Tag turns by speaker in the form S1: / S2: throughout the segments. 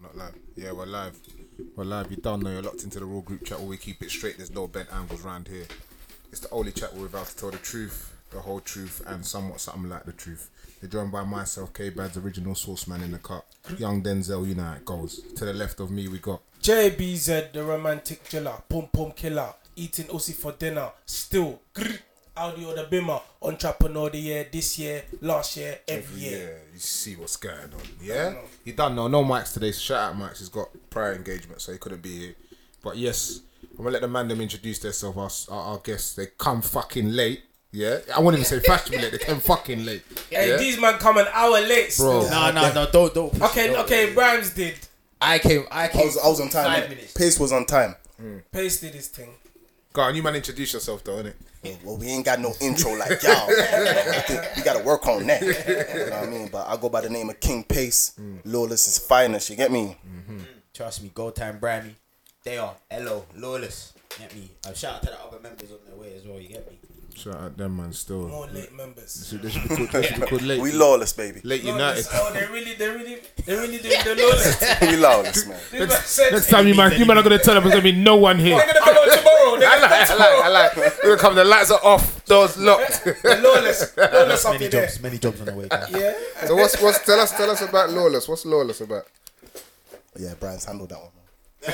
S1: Not live. Yeah, we're live. We're live. You done know you're locked into the raw group chat where we keep it straight. There's no bent angles round here. It's the only chat where we're about to tell the truth, the whole truth, and somewhat something like the truth. You're joined by myself, K Bad's original source man in the cut. Young Denzel, you know how it goes. To the left of me, we got
S2: JBZ, the romantic killer, pom pom killer, eating Aussie for dinner, still, grr, audio the bimmer, entrepreneur the year, this year, last year, every year.
S1: You see what's going on. Yeah? You done know. No Mike's today. So shout out Mike's. He's got prior engagement, so he couldn't be here. But yes, I'm going to let the man them introduce themselves. Our, s- our, our guests, they come fucking late. Yeah? I wouldn't even say fashionably late. They came fucking late.
S2: Hey,
S1: yeah?
S2: these man come an hour late
S1: Bro.
S2: still.
S3: No, no, no, don't, don't. push it,
S2: Okay,
S3: don't.
S2: okay, Rhymes did,
S3: I came, I
S4: I
S3: came.
S4: was, I was on time.
S3: Five
S4: innit?
S3: minutes.
S4: Pace was on time.
S2: Pace did his thing.
S1: Go on, you man introduce yourself though, innit?
S4: Well, we ain't got no intro like y'all. man. I think we gotta work on that. You know what I mean? But I go by the name of King Pace.
S1: Mm.
S4: Lawless is finest. You get me?
S3: Trust me, Gold Time, Brammy, they are hello, lawless. Get me. Uh, shout out to the other members on their way as well. You get me.
S1: Shout out them man still.
S2: More late
S1: They
S2: members.
S1: should, they should be called, they should be called late.
S4: We lawless, baby.
S1: late United.
S2: Lawless, oh, they really, they really, they really doing the lawless.
S4: we lawless, man.
S2: This man said,
S1: Next time you man, you man are gonna tell them there's gonna be no one here.
S2: they're gonna come on tomorrow. They're
S1: I
S2: gonna
S1: like, I
S2: come
S1: like, I
S2: tomorrow.
S1: like. We're gonna come. The lights are off. Doors locked.
S2: The lawless, lawless up
S3: Many
S2: in there.
S3: jobs, many jobs on the way. guys.
S2: Yeah.
S1: So what's what's tell us tell us about lawless? What's lawless about?
S4: Yeah, Brian's handled that one. man.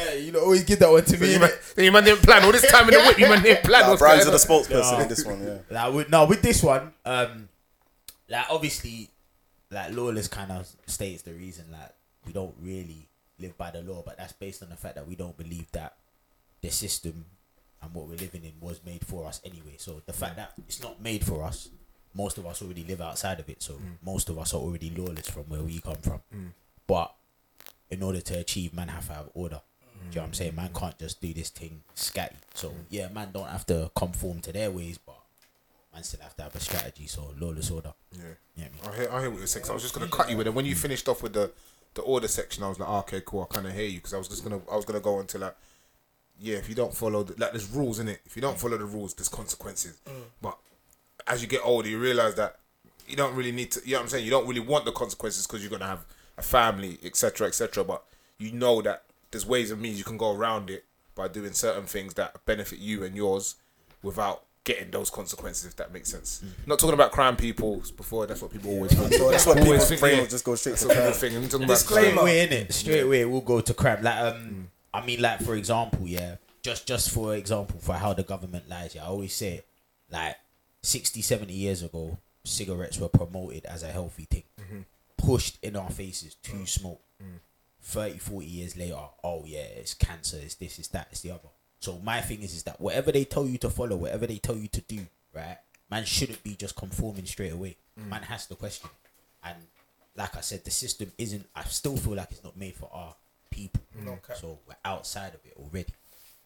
S3: Yeah, you know, always give that one to me.
S1: You man, you man didn't plan all this time in the whip. You man didn't plan.
S4: Nah,
S1: what's
S4: Brian's
S1: going
S4: the
S1: on?
S4: spokesperson in this one. Yeah.
S3: Like with no, with this one, um, like obviously, like lawless kind of states the reason like we don't really live by the law, but that's based on the fact that we don't believe that the system and what we're living in was made for us anyway. So the fact that it's not made for us, most of us already live outside of it. So most of us are already lawless from where we come from. But in order to achieve, man have to have order. Do you know what I'm saying? Man can't just do this thing scatty. So yeah, man don't have to conform to their ways, but man still have to have a strategy. So lawless order.
S1: Yeah.
S3: Yeah, me.
S1: I hear, I hear what you're saying. 'cause I was just gonna cut you with it when you finished off with the the order section. I was like, "Ah, okay, cool. I kind of hear you because I was just gonna I was gonna go on to like, yeah, if you don't follow the, like, there's rules in it. If you don't
S4: Mm.
S1: follow the rules, there's consequences. But as you get older, you realize that you don't really need to. You know what I'm saying? You don't really want the consequences because you're gonna have a family, etc., etc. But you know that there's ways and means you can go around it by doing certain things that benefit you and yours without getting those consequences. If that makes sense. Not talking about crime people before. That's what people always. think.
S4: So Mm. that's what people's
S1: think,
S4: brain
S1: yeah.
S4: will just go straight
S1: That's
S4: to
S1: what people
S4: crime.
S1: think. I'm talking
S2: Disclaimer.
S1: about
S3: straight away, innit? Straight away, we'll go to crap. Like, um, I mean, like for example, yeah, just just for example, for how the government lies, yeah, I always say, it, like, 60, 70 years ago, cigarettes were promoted as a healthy thing, pushed in our faces to smoke. 30, 40 years later, oh yeah, it's cancer, it's this, it's that, it's the other. So my thing is, is that whatever they tell you to follow, whatever they tell you to do, right, man shouldn't be just conforming straight away.
S2: Mm.
S3: Man has to question. And like I said, the system isn't, I still feel like it's not made for our people.
S2: cap.
S3: So we're outside of it already.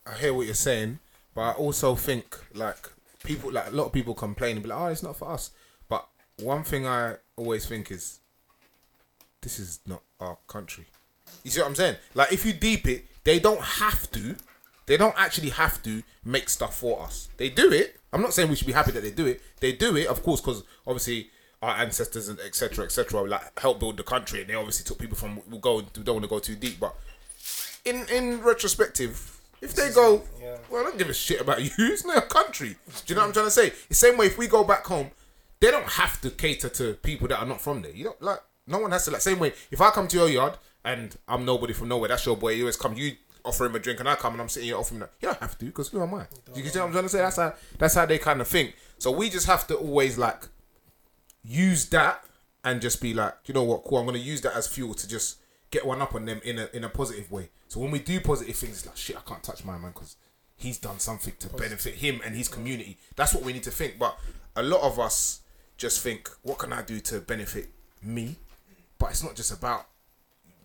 S1: I hear what you're saying, but I also think like people, like a lot of people complain and be like, "Oh, it's not for us." But one thing I always think is, this is not our country. You see what I'm saying? Like if you deep it, they don't have to. They don't actually have to make stuff for us. They do it. I'm not saying we should be happy that they do it. They do it, of course, because obviously our ancestors and etc. etc. like helped build the country, and they obviously took people from. We'll go. We don't want to go too deep, but in in retrospective, if they go, well, I don't give a shit about you. It's not a country. Do you know what I'm trying to say? The same way, if we go back home, they don't have to cater to people that are not from there. You don't like no one has to like. Same way, if I come to your yard and I'm nobody from nowhere, that's your boy. You always come. You offer him a drink, and I come and I'm sitting here offering that. You don't have to because who am I? Do you see what I'm trying to say? That's how that's how they kind of think. So we just have to always like use that and just be like, you know what, cool, I'm gonna use that as fuel to just get one up on them in a in a positive way. So when we do positive things, it's like shit, I can't touch my man because he's done something to benefit him and his community. That's what we need to think. But a lot of us just think, what can I do to benefit me? But it's not just about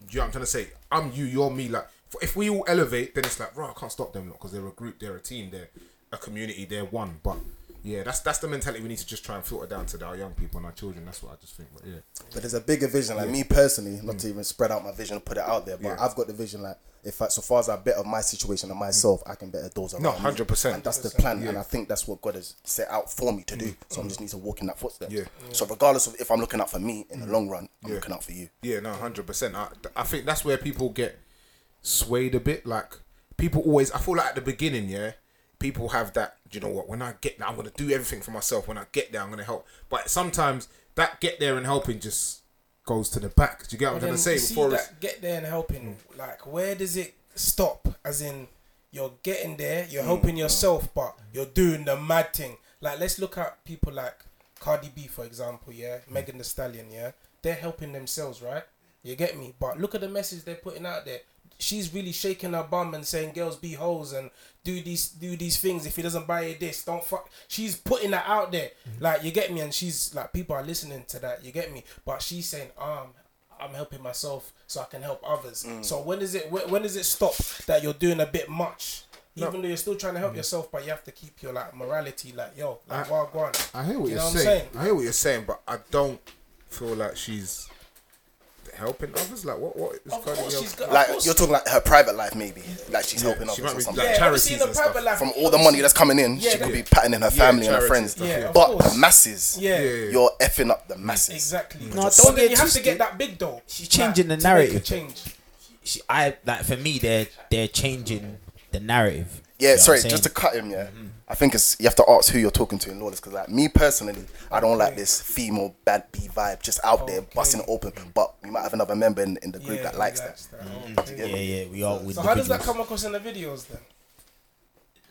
S1: do you know what I'm trying to say? I'm you, you're me. Like, f- if we all elevate, then it's like, right, I can't stop them because they're a group, they're a team, they're a community, they're one. But Yeah, that's that's the mentality we need to just try and filter down to our young people and our children. That's what I just think. But yeah,
S4: But there's a bigger vision. Like me personally, not to even spread out my vision and put it out there, but
S1: Mm. Yeah.
S4: I've got the vision. Like if I, so far as I better my situation and myself, I can better those around.
S1: No,
S4: me.
S1: 100%.
S4: And that's the plan, and I think that's what God has set out for me to do. So I just need to walk in that footstep.
S1: Mm. Yeah. Mm.
S4: So regardless of if I'm looking out for me in the long run, I'm looking out for you.
S1: yeah, no, hundred percent. I I think that's where people get swayed a bit. Like people always, I feel like at the beginning, yeah, people have that. "Do You know what? When I get there, I'm gonna do everything for myself. When I get there, I'm gonna help. But sometimes that get there and helping just goes to the back. Do you get what I'm
S2: But
S1: gonna
S2: then
S1: say?
S2: you see
S1: Before it's
S2: that get there and helping. Like, where does it stop? As in, you're getting there, you're
S1: Mm.
S2: helping yourself, but you're doing the mad thing. Like, let's look at people like Cardi B, for example. Yeah,
S1: Mm.
S2: Megan The Stallion. Yeah, they're helping themselves, right? You get me? But look at the message they're putting out there. She's really shaking her bum and saying, "Girls, be hoes and do these do these things. If he doesn't buy you this, don't fuck." She's putting that out there,
S1: Mm.
S2: like you get me. And she's like, people are listening to that. You get me? But she's saying, "Um, I'm helping myself so I can help others. So when is it when, when does it stop that you're doing a bit much? Even though you're still trying to help yourself, but you have to keep your like morality, like yo, like
S1: I-
S2: well, go on.
S1: I hear what
S2: You
S1: you
S2: know
S1: are
S2: what I'm
S1: saying.
S2: saying?
S1: I hear what you're saying, but I don't feel like she's helping others. Like what? What is
S2: Of
S1: Cardi
S2: course
S1: help-
S2: she's got.
S4: Like
S2: of course,
S4: you're talking like her private life, maybe. Like she's helping
S1: she
S4: others
S1: might
S4: or
S1: be
S4: something.
S1: like-
S2: yeah,
S1: charities
S2: obviously in the
S1: and
S2: private
S1: stuff.
S2: life,
S4: From all the money that's coming in,
S2: Yeah,
S4: she could
S2: yeah.
S4: be patting in her family and her
S1: charities
S4: friends.
S1: and
S2: stuff, yeah.
S4: but
S2: Of course.
S4: the masses,
S2: Yeah. Yeah, yeah,
S1: yeah.
S4: you're effing up the masses.
S2: exactly.
S5: No, don't
S2: so
S5: get
S2: then you have to
S5: twisted.
S2: get that big though.
S5: She's changing
S2: Like,
S5: the
S2: to make a
S5: narrative.
S2: Change.
S5: She, I like for me they're they're changing the narrative. You
S4: Yeah,
S5: know what
S4: sorry,
S5: I'm
S4: just to
S5: saying? Mm-hmm.
S4: cut him. Yeah, I think it's you have to ask who you're talking to in Lawless because like me personally, I don't like this female bad B vibe just out there
S2: Okay.
S4: busting it open. But we might have another member in, in the group
S2: Yeah,
S4: that
S2: he
S4: likes that.
S2: likes that. Okay.
S5: yeah, yeah, we are. with
S2: So
S5: the
S2: how does that
S5: videos.
S2: come across in the videos then?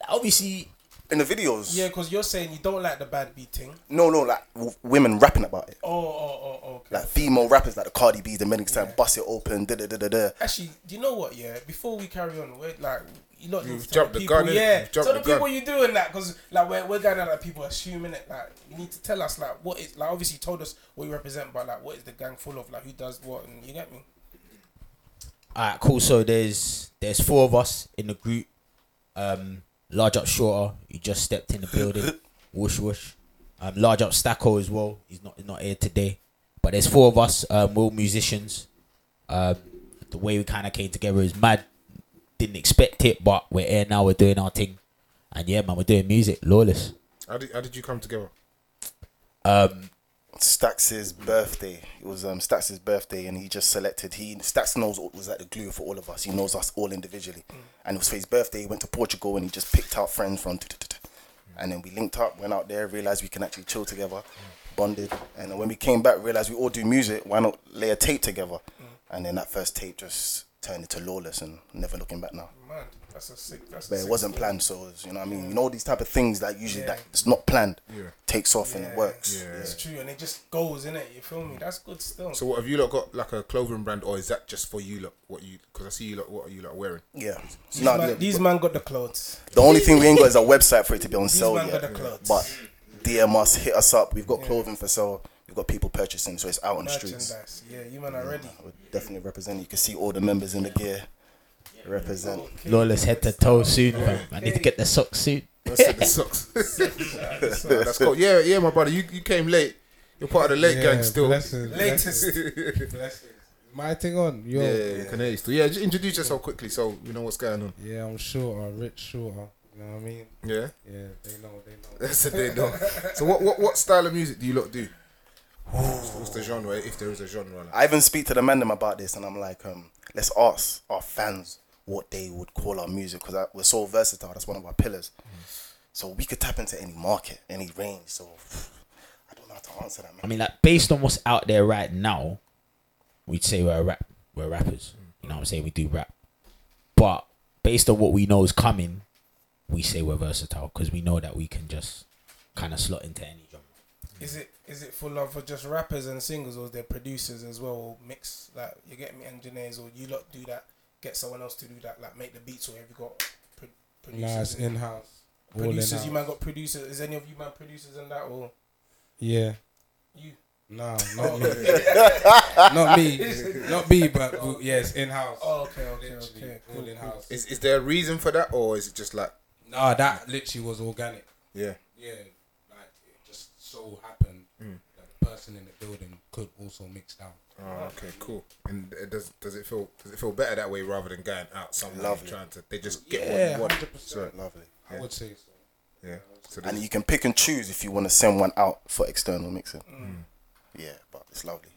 S5: Obviously,
S4: In the videos,
S2: Yeah, because you're saying you don't like the bad beating.
S4: no, no, like w- women rapping about it,
S2: Oh, oh, oh, okay.
S4: like female rappers like the Cardi B's, the Megan Stallion, bust it open, da da da da da.
S2: Actually, do you know what? Yeah, before we carry on, we're like, you know,
S1: You've
S2: tell
S1: jumped the
S2: people,
S1: gun, innit?
S2: Yeah,
S1: You've jumped
S2: tell
S1: the
S2: the,
S1: gun.
S2: people you're doing that because like we're, we're going out like people assuming it. Like you need to tell us like what is like. Obviously, you told us what you represent, but like what is the gang full of? Like who does what? And you get me?
S5: all right, cool. So there's there's four of us in the group. Um, large up shorter, he just stepped in the building. whoosh whoosh. Um, large up Stacko as well. He's not he's not here today, but there's four of us. Um, we're all musicians. Um, the way we kind of came together is mad. Didn't expect it, but we're here now. We're doing our thing, and yeah, man, we're doing music. Lawless.
S1: How did, how did you come together?
S5: Um,
S4: Stax's birthday. It was um Stax's birthday, and he just selected. He Stax knows was like the glue for all of us. He knows us all individually,
S2: Mm.
S4: and it was for his birthday. He went to Portugal, and he just picked out friends from.
S2: Mm.
S4: And then we linked up, went out there, realized we can actually chill together,
S2: Mm.
S4: bonded, and then when we came back, realized we all do music. Why not lay a tape together?
S2: Mm.
S4: And then that first tape just turned into lawless, and never looking back now.
S2: Man, that's a sick. That's a
S4: But it
S2: sick
S4: wasn't
S2: story.
S4: planned, so it was, you know what I mean. You know these type of things that usually
S2: Yeah.
S4: that it's not planned
S1: Yeah.
S4: takes off and
S2: Yeah.
S4: it works.
S1: Yeah.
S2: It's true, and it just goes in it. You feel me? That's good still.
S1: So what have you lot got like a clothing brand, or is that just for you lot? What you? Because I see you lot. What are you lot wearing?
S4: Yeah,
S2: these,
S4: No,
S2: man,
S4: yeah,
S2: these man got the clothes.
S4: The only thing we ain't got is a website for it to be on sale
S2: man
S4: yet.
S2: got the clothes.
S4: But DM us, hit us up. We've got clothing for sale. We've got people purchasing, so it's out on the streets.
S2: Merchandise. Yeah, you man are ready.
S4: We're definitely representing. You can see all the members in the gear. Represent.
S5: Lawless head to toe soon. fam. I need to get the socks soon.
S1: That's it, the socks. Nah, that's cool. Yeah, yeah, my brother. You, you came late. You're part of the late gang still.
S6: Blessings,
S2: Latest.
S1: yeah,
S2: Blessings.
S6: My thing on. Yo. Yeah.
S1: yeah, can hear you still. Yeah, just introduce yourself quickly so we know what's going on.
S6: I'm shorter, rich shorter. You know what I mean?
S1: Yeah,
S6: Yeah, they know, they know.
S1: that's a day though. So what, what what style of music do you lot do? What's what's the genre? If there is a genre. Like?
S4: I even speak to the man them about this, and I'm like, um, let's ask our fans what they would call our music because we're so versatile. That's one of our pillars. So we could tap into any market, any range. So I don't know how to answer that, man.
S5: I mean, like based on what's out there right now, we'd say we're a rap, we're rappers. You know what I'm saying? We do rap, but based on what we know is coming, we say we're versatile because we know that we can just kind of slot into any genre.
S2: Is it is it full of just rappers and singers, or is there producers as well, or mix like you get me engineers, or you lot do that, get someone else to do that, like make the beats, or have you got pro- producers?
S6: Nah, it's in house. All in
S2: producers,
S6: house.
S2: you man got producers. Is any of you man producers in that, or
S6: Yeah.
S2: you? Oh,
S6: Nah, not me. not me. Not me, but w- yeah, it's in house.
S2: Oh, okay, okay,
S6: Literally,
S2: okay,
S6: all
S2: cool,
S6: in
S2: cool.
S6: house.
S1: Is is there a reason for that, or is it just like
S6: Nah, that literally was organic.
S1: yeah?
S6: Yeah. Mm. person in the building could also mix down.
S1: Oh, okay, cool. And it does does it feel does it feel better that way rather than going out somewhere and
S4: Lovely.
S1: trying to they just get
S6: Yeah,
S1: what you want.
S6: 100%.
S1: So,
S4: Lovely.
S6: I would say so.
S1: yeah. So
S4: And
S1: there's-
S4: you can pick and choose if you want to send one out for external mixing.
S1: Mm.
S4: Yeah, but it's lovely.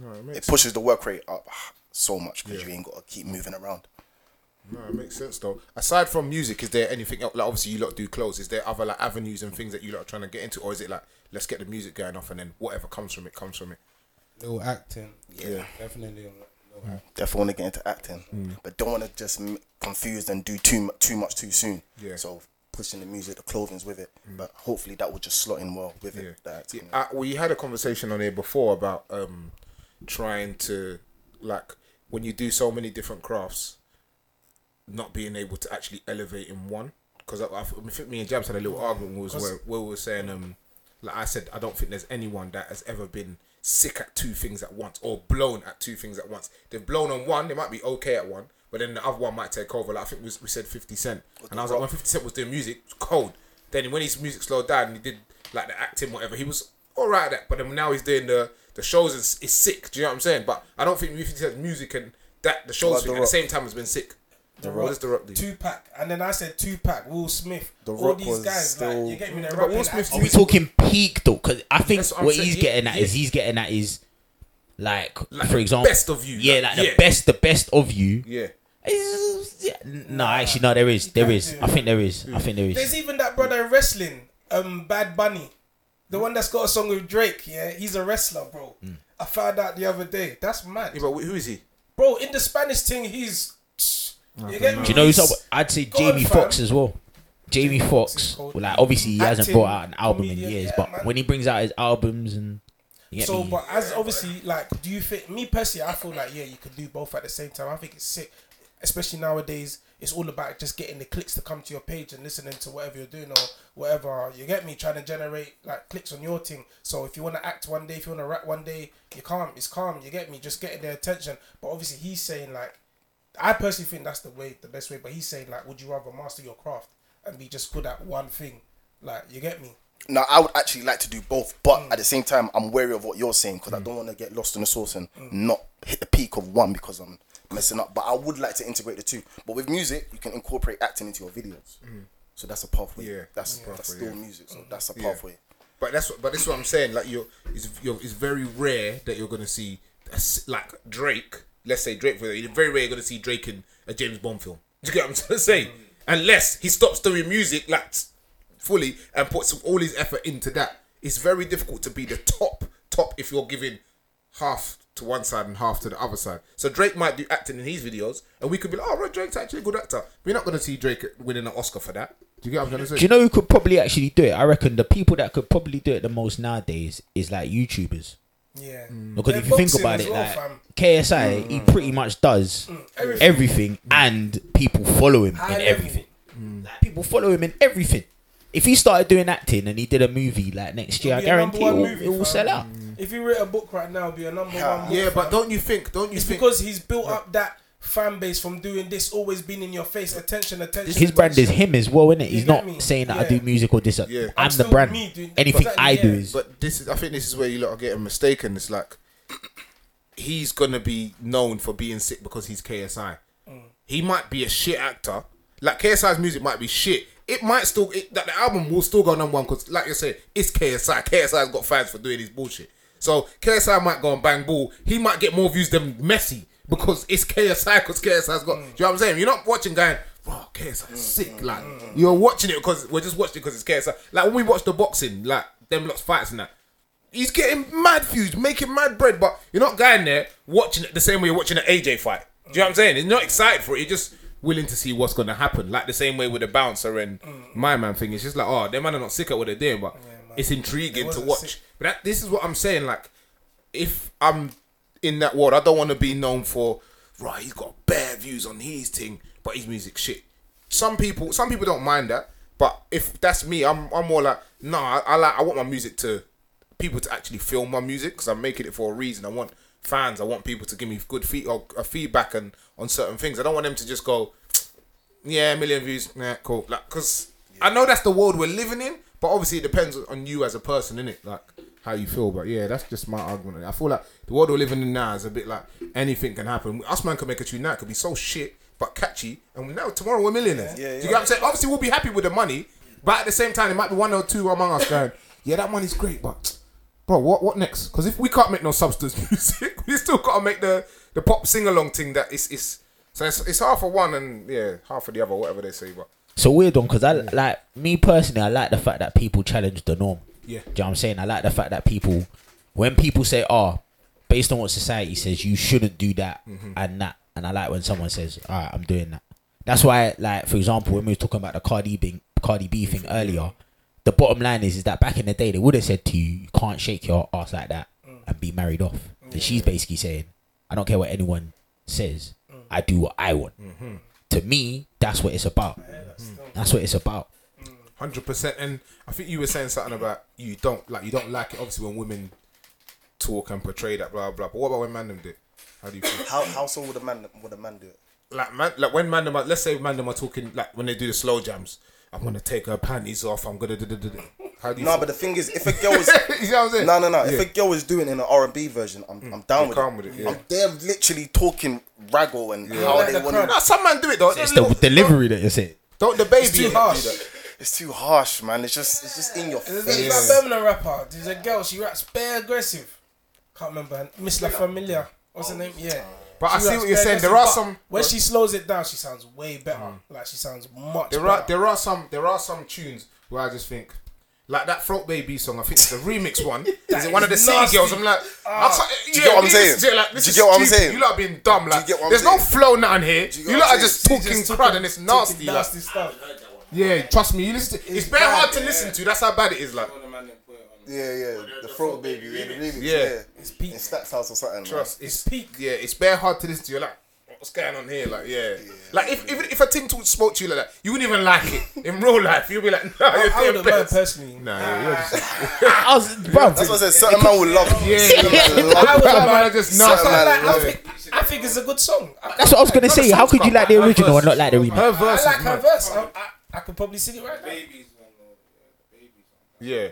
S1: no, it
S4: It
S1: makes
S4: pushes the work rate up so much because you ain't got to keep moving around.
S1: no, it makes sense though. Aside from music, is there anything else like obviously you lot do clothes, is there other like avenues and things that you lot are trying to get into or is it like let's get the music going off and then whatever comes from it comes from it?
S6: Little acting.
S4: Yeah.
S6: Definitely. a Little acting.
S4: definitely want to get into acting,
S1: Mm.
S4: but don't want to just m- confuse and do too mu- too much too soon.
S1: Yeah. Mm.
S4: So pushing the music, the clothing's with it, but hopefully that will just slot in well with
S1: Yeah.
S4: it. That
S1: Yeah, uh, we had a conversation on here before about um, trying to, like, when you do so many different crafts, not being able to actually elevate in one. Because I, I think me and Jabs had a little argument where, we was-
S2: 'Cause-
S1: where, where we were saying, um, like I said, I don't think there's anyone that has ever been sick at two things at once or blown at two things at once. They've blown on one, they might be okay at one, but then the other one might take over. Like I think we, we said 50 Cent. And I was like, when 50 Cent was doing music, it was cold. Then when his music slowed down, he did like the acting, whatever. He was all right at that, but then now he's doing the the shows and is sick. Do you know what I'm saying? But I don't think 50 Cent's music and that the shows
S4: Like
S1: thing
S4: The
S1: at the
S4: Rock.
S1: same time has been sick. what does the rock do?
S2: Tupac, and then I said Tupac, Will Smith,
S4: The
S2: all
S4: Rock
S2: these
S4: was
S2: guys.
S4: still-
S2: Like, you get me? They're
S1: But
S2: rapping
S1: Will Smith's
S5: Are
S2: acting.
S5: we talking peak though? Because I think
S1: That's what
S5: what,
S1: I'm saying,
S5: he's
S1: yeah,
S5: getting at
S1: yeah.
S5: is he's getting at is like,
S1: Like
S5: for
S1: the
S5: example,
S1: best of you,
S5: Yeah, like,
S1: like, yeah.
S5: the best, the best of you.
S1: Yeah.
S5: Is- yeah, No, actually, no. There is, there
S2: can't
S5: is.
S2: do
S5: I think there is. I think there is.
S2: There's even that brother in wrestling, um, Bad Bunny, the one that's got a song with Drake. Yeah, he's a wrestler, bro. I found out the other day. That's mad,
S1: Yeah, but who is he?
S2: bro. In the Spanish thing, he's. You get me?
S5: Do you know who's up?
S2: He's
S5: I'd say
S2: on,
S5: Jamie
S2: fam.
S5: Foxx as well. Jamie Foxx,
S2: cold.
S5: well, like obviously he hasn't
S2: Acting,
S5: brought out an album
S2: comedian,
S5: in years,
S2: yeah,
S5: but
S2: man.
S5: when he brings out his albums and you get
S2: So,
S5: me?
S2: but as obviously, like, do you think me personally? I feel like yeah, you could do both at the same time. I think it's sick, especially nowadays. It's all about just getting the clicks to come to your page and listening to whatever you're doing or whatever you get me trying to generate like clicks on your thing. So if you want to act one day, if you want to rap one day, you can't. It's calm. You get me? Just getting their attention. But obviously, he's saying like, I personally think that's the way, the best way. But he's saying like, would you rather master your craft and be just good at one thing? Like, you get me?
S4: Now I would actually like to do both, but
S1: Mm.
S4: at the same time I'm wary of what you're saying because I don't want to get lost in the sauce and
S1: Mm.
S4: not hit the peak of one because I'm messing up. But I would like to integrate the two. But with music, you can incorporate acting into your videos. So that's a pathway.
S1: Mm. Yeah,
S4: That's,
S1: yeah.
S4: that's
S1: Pathway,
S4: still
S1: yeah. Mm.
S4: music. So that's a
S1: Yeah.
S4: pathway.
S1: But that's what, but this is what I'm saying. Like you're, it's, you're, it's very rare that you're gonna see a s like Drake. Let's say Drake for it's very rare you're gonna see Drake in a James Bond film. Do you get what I'm saying? Unless he stops doing music like t- fully and puts all his effort into that, it's very difficult to be the top top if you're giving half to one side and half to the other side. So Drake might do acting in his videos, and we could be like, oh, right, Drake's actually a good actor. We're not gonna see Drake winning an Oscar for that. Do you get what I'm trying to say?
S5: Do you know who could probably actually do it? I reckon the people that could probably do it the most nowadays is like YouTubers.
S2: Yeah.
S3: Mm.
S5: Because
S2: They're
S5: if you think
S2: boxing
S5: about
S2: as
S5: it,
S2: well,
S5: like
S2: fam. Mm,
S5: KSI, he pretty much does everything,
S2: everything. Mm.
S5: and people follow him
S2: High
S5: in
S2: level. Mm.
S5: everything. Like, people follow him in everything. If he started doing acting and he did a movie like next year, I
S2: It'll be a
S5: guarantee it
S2: number
S5: will,
S2: one movie,
S5: it will
S2: fam.
S5: sell out.
S2: If you wrote a book right now, it'd be a number
S4: Yeah.
S2: one. book.
S1: Yeah, but don't you think? Don't you
S2: it's
S1: think?
S2: because he's built up that fan base from doing this, always being in your face, attention, attention.
S5: His brand is him as well, isn't it? He's
S2: get
S5: not
S2: me?
S5: saying that I
S2: Yeah.
S5: do music or this.
S1: Yeah.
S5: I'm,
S1: I'm
S5: the
S2: still
S5: brand.
S2: me doing-
S5: Anything
S2: Exactly,
S5: I do
S2: yeah.
S5: is
S1: But this is, I think, this is where you lot are getting mistaken. It's like he's gonna be known for being sick because he's KSI. He might be a shit actor. Like KSI's music might be shit. It might still it, that the album will still go number one because, like you say, it's KSI. KSI's got fans for doing his bullshit. So KSI might go and bang ball. He might get more views than Messi because it's KSI. Because KSI's got. Do you know what I'm saying? You're not watching going. Bro, KSI's sick. Like you're watching it because we're just watching it because it's KSI. Like when we watch the boxing, like them lots fights and that. He's getting mad views, making mad bread, but you're not going there watching it the same way you're watching an AJ fight. Do you know what I'm saying? You're not excited for it. You're just willing to see what's going to happen. Like the same way with the bouncer and my man thing. It's just like, oh, them man are not sick at what they're doing, but it's intriguing to
S2: wasn't
S1: watch.
S2: sick.
S1: But that, this is what I'm saying. Like, if I'm in that world, I don't want to be known for right. He's got bare views on his thing, but his music shit. Some people, some people don't mind that, but if that's me, I'm, I'm more like, nah. I, I like, I want my music to people to actually feel my music because I'm making it for a reason. I want fans. I want people to give me good feed or, uh, feedback and on certain things. I don't want them to just go, yeah, a million views. Nah, cool. Like, cause I know that's the world we're living in, but obviously it depends on you as a person, innit? Like how you feel. But yeah, that's just my argument. I feel like the world we're living in now is a bit like anything can happen. Us man can make a tune now, it could be so shit but catchy, and now tomorrow we're millionaires.
S4: Yeah,
S1: Do
S4: yeah,
S1: you get what I'm saying? Obviously, we'll be happy with the money, but at the same time, there might be one or two among us going, "Yeah, that money's great, but." Bro, what what next? Because if we can't make no substance music, we still gotta make the the pop sing along thing that is is so it's, it's half of one and yeah half of the other whatever they say. But
S3: So weird one because I like me personally. I like the fact that people challenge the norm.
S1: Yeah.
S3: do you know what I'm saying? I like the fact that people, when people say, "Oh, based on what society says, you shouldn't do that and that," and I like when someone says, "All right, I'm doing that." That's why, like for example, when we were talking about the Cardi B, Cardi B thing earlier, the bottom line is is that back in the day they would have said to you, "You can't shake your ass like that and be married off." And she's basically saying, "I don't care what anyone says. I do what I want." To me, that's what it's about. That's what it's about.
S1: Hundred percent, and I think you were saying something about you don't like you don't like it. Obviously, when women talk and portray that blah blah. But what about when man them do? it? How do you feel?
S4: How how so would a man would a man do it?
S1: like man, like when man them are, let's say man them are talking like when they do the slow jams. I'm gonna take her panties off. I'm gonna. da-da-da-da. How do you?
S4: No,
S1: feel?
S4: but the thing is, if a girl is
S1: you know what I'm saying?
S4: no, no, no, if
S1: Yeah. Mm.
S4: a girl is doing it in an R and B version, I'm, I'm down with it.
S1: calm with it, yeah.
S4: I'm, they're literally talking raggle and how
S2: Like
S4: they
S2: the
S4: want
S2: crowd.
S1: No, some man do it though.
S3: It's the delivery that is it.
S1: Don't the baby.
S2: It's too harsh.
S4: It's too harsh, man. It's just it's just in your
S2: There's
S4: face.
S2: a there's a Birmingham rapper. There's a girl. She raps bare aggressive. Can't remember. her- Miss La Familia. What's her name? Yeah.
S1: But I
S2: She
S1: see
S2: raps
S1: what you're
S2: bare
S1: saying. There
S2: aggressive,
S1: are
S2: but
S1: some- Mm.
S2: When she slows it down, she sounds way better. Like she sounds much.
S1: There are
S2: better.
S1: there are some there are some tunes where I just think like that Throat Baby song. I think it's the remix one. is it one of the
S2: is
S1: City
S2: nasty.
S1: girls? I'm like, I'm sorry,
S4: Ah. you get what I'm
S1: this
S4: saying?
S1: is- yeah, like, this
S4: Do you
S1: is
S4: get what I'm
S1: stupid.
S4: saying?
S1: You lot are being dumb. Like,
S4: get what I'm
S1: there's no
S4: saying?
S1: flow nown here.
S4: you
S1: You,
S4: get what
S1: lot
S4: I'm
S1: are just
S4: saying?
S1: talking
S2: She's just
S1: crud
S2: talking-
S1: and it's
S2: talking
S1: nasty. Like,
S2: nasty stuff.
S1: yeah, trust me. You listen. To, it's, bare
S2: bad,
S1: hard to
S2: yeah.
S1: listen to. That's how bad it is. Like,
S6: Mm.
S4: Yeah, yeah. The throat baby, yeah, the remix,
S1: Yeah.
S4: yeah.
S2: It's
S4: In
S2: peak.
S4: Stack's house or something. man.
S1: trust. It's
S2: peak.
S1: Yeah, it's bare hard to listen to. You're like, what's going on here? Like, yeah. like if even if a team talk spoke to you like that, you wouldn't even like it in real life. You'd be like, no,
S2: I,
S1: you're
S2: I would
S1: doing
S2: have
S1: best.
S2: personally.
S1: Nah, yeah, you're just-
S3: I was, bruv,
S4: That's what I said. Certain man will love.
S1: yeah,
S4: Certain
S1: yeah.
S4: man will love.
S1: I was just
S4: Certain
S1: nasty.
S4: man
S2: Like,
S4: will
S2: I,
S4: love.
S2: think, I think it's a good song. I,
S3: That's what I was gonna say. How could you like the original and not like the remake?
S1: Her
S2: I
S1: verse
S2: like
S1: is
S2: her
S1: mad.
S2: verse. I, I, I could probably sing it right now.
S1: Yeah.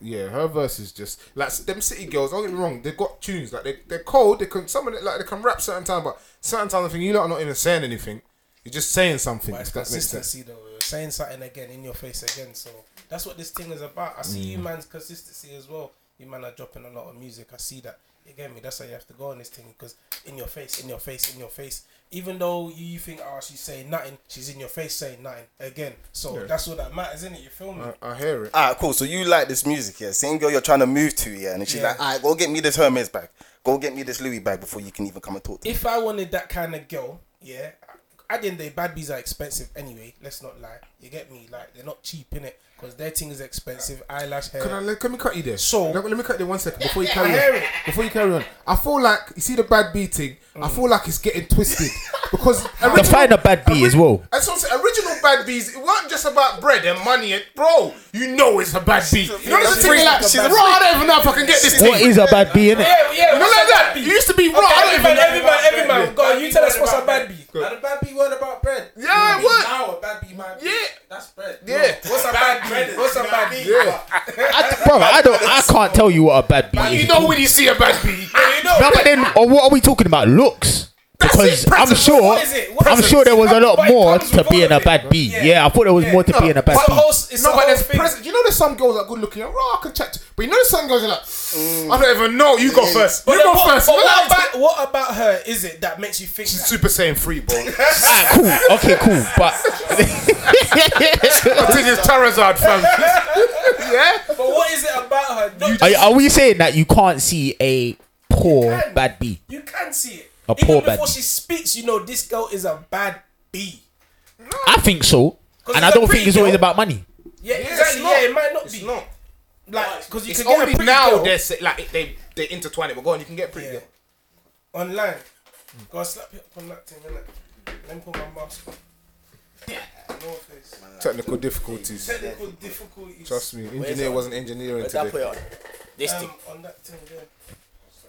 S1: Yeah, her verse is just like them city girls. Don't get me wrong; they got tunes like they they're cold. They can some of it like they can rap certain time, but certain time I think you lot are not even saying anything. You're just saying something.
S2: But it's
S1: if that makes sense.
S2: consistency though. You're saying something again in your face again. So that's what this thing is about. I see you man's consistency as well. You man are dropping a lot of music. I see that. You get me? That's why you have to go on this thing because in your face, in your face, in your face. Even though you you think, oh, she's saying nothing, she's in your face saying nothing again. So that's all that matters, isn't it? You feel me?
S1: I, I hear it.
S4: Alright, cool. So you like this music, yeah? Same girl you're trying to move to, yeah? And she's
S2: Yeah.
S4: like, alright, go get me this Hermes bag. Go get me this Louis bag before you can even come and talk to me.
S2: if I wanted that kind of girl, yeah, at the end of the day, bad bees are expensive anyway. Let's not lie. You get me? Like they're not cheap in it because their thing is expensive. Eyelash hair.
S1: Can I, let, let me cut you there.
S2: So-
S1: let, let me cut you there one second before you carry on. Before you carry on, I feel like you see the bad beating. I feel like it's getting twisted because original,
S3: Define a bad bee as well.
S1: That's what I'm saying. Original bad bees, it weren't just about bread and money. And, bro, you know it's a bad bee. You know,
S4: She's a
S1: this thing you're
S4: freak.
S1: like,
S4: She's a
S1: bro, I don't even know if I can get this thing.
S3: What is a bad bee in it?
S2: yeah, yeah.
S1: You know,
S2: what's
S1: like
S2: a bad
S1: that.
S2: bee?
S1: You used to be, bro, I don't
S2: Every
S1: even
S2: man,
S1: know.
S2: every man, every man, go on, you tell us what's a bad bee.
S1: Good.
S6: Now the bad bee word about bread.
S1: Yeah, what?
S6: Now a bad bee might be.
S1: Yeah.
S6: That's bread.
S1: Yeah.
S6: What's a bad bee? What's a bad bee?
S1: Yeah.
S3: I, bruv, I don't. I can't tell you what a bad bee
S1: You
S3: is.
S1: know when you see a bad bee. You know.
S3: No, but then, or what are we talking about? Looks.
S1: That's it,
S3: Because I'm
S1: presence.
S3: sure,
S1: What is it? What
S3: I'm
S1: is it?
S3: sure there was a
S2: But
S3: lot
S2: it
S3: more
S2: comes with
S3: to being
S2: all
S3: a
S2: of
S3: bad bee.
S2: Yeah.
S3: Yeah. I thought there was more to being a bad
S2: It's a
S3: bee.
S2: whole, it's
S1: no,
S2: a
S1: but
S2: whole
S1: there's
S2: thing.
S1: present. You know, there's some girls that are good looking. Like, oh, I can chat. to- But you know, there's some girls are like, I don't even know. You go first.
S2: But
S1: you
S2: then
S1: go
S2: what,
S1: first.
S2: but
S1: You know,
S2: what,
S1: like,
S2: about, what about her is it that makes you think that?
S1: Super Saiyan 3, bro.
S3: Ah, cool. Okay, cool. But
S1: This is Charizard, fam. yeah?
S2: But what is it about her? No,
S3: are, are we saying that you can't see a poor
S2: can.
S3: bad bee?
S2: you can see it.
S3: A
S2: Even
S3: poor bad
S2: before
S3: bee.
S2: she speaks, you know this girl is a bad bee.
S3: I think so,
S2: 'Cause it's
S3: and I
S2: a
S3: don't
S2: pretty
S3: think it's always
S2: girl.
S3: about money.
S2: Yeah,
S1: it's
S2: exactly.
S1: not.
S2: Yeah, it might not be.
S1: not.
S2: Like, because you
S1: It's
S2: can get a
S1: only
S2: pretty
S1: now
S2: girl
S1: they're say, like they they intertwine it. But go on, you can get a pretty
S2: Yeah.
S1: girl.
S2: online.
S1: Mm.
S2: Go slap it up on that thing, innit? Let me put my mask on. No face.
S1: Technical difficulties.
S2: Technical difficulties.
S1: Trust me, engineer wasn't engineering
S3: That
S1: today.
S3: This
S2: Um, on that thing there.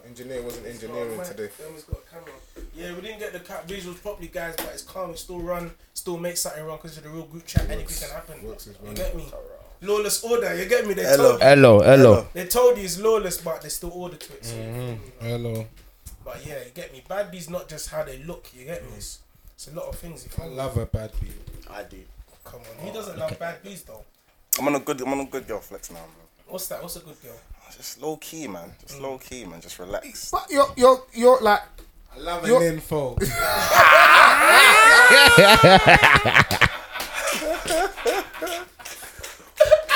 S1: Engineer wasn't
S2: Oh,
S1: engineering
S2: man,
S1: today.
S2: that one's got a camera. Yeah, we didn't get the cat visuals properly, guys, but it's calm. We still run, still make something run because of the real group chat. Anything can happen.
S1: works is
S2: you get me? lawless order. You get me? They
S4: Hello.
S2: told
S3: Hello, hello.
S2: they told you it's lawless, but they still order to it. So,
S6: Hello.
S2: But yeah, you get me. Bad B's not just how they look. You get me? It's, it's a lot of things. You
S6: I
S2: can
S6: love a bad beat.
S4: I do.
S2: Come on, who doesn't love bad B's though?
S4: I'm on a good. I'm on a good girl flex now, bro.
S2: What's that? What's a good girl?
S4: Just low key, man.
S1: Mm.
S4: Just low key, man. Just relax.
S1: But you're you're you're like
S6: I love
S1: You're-
S6: an info.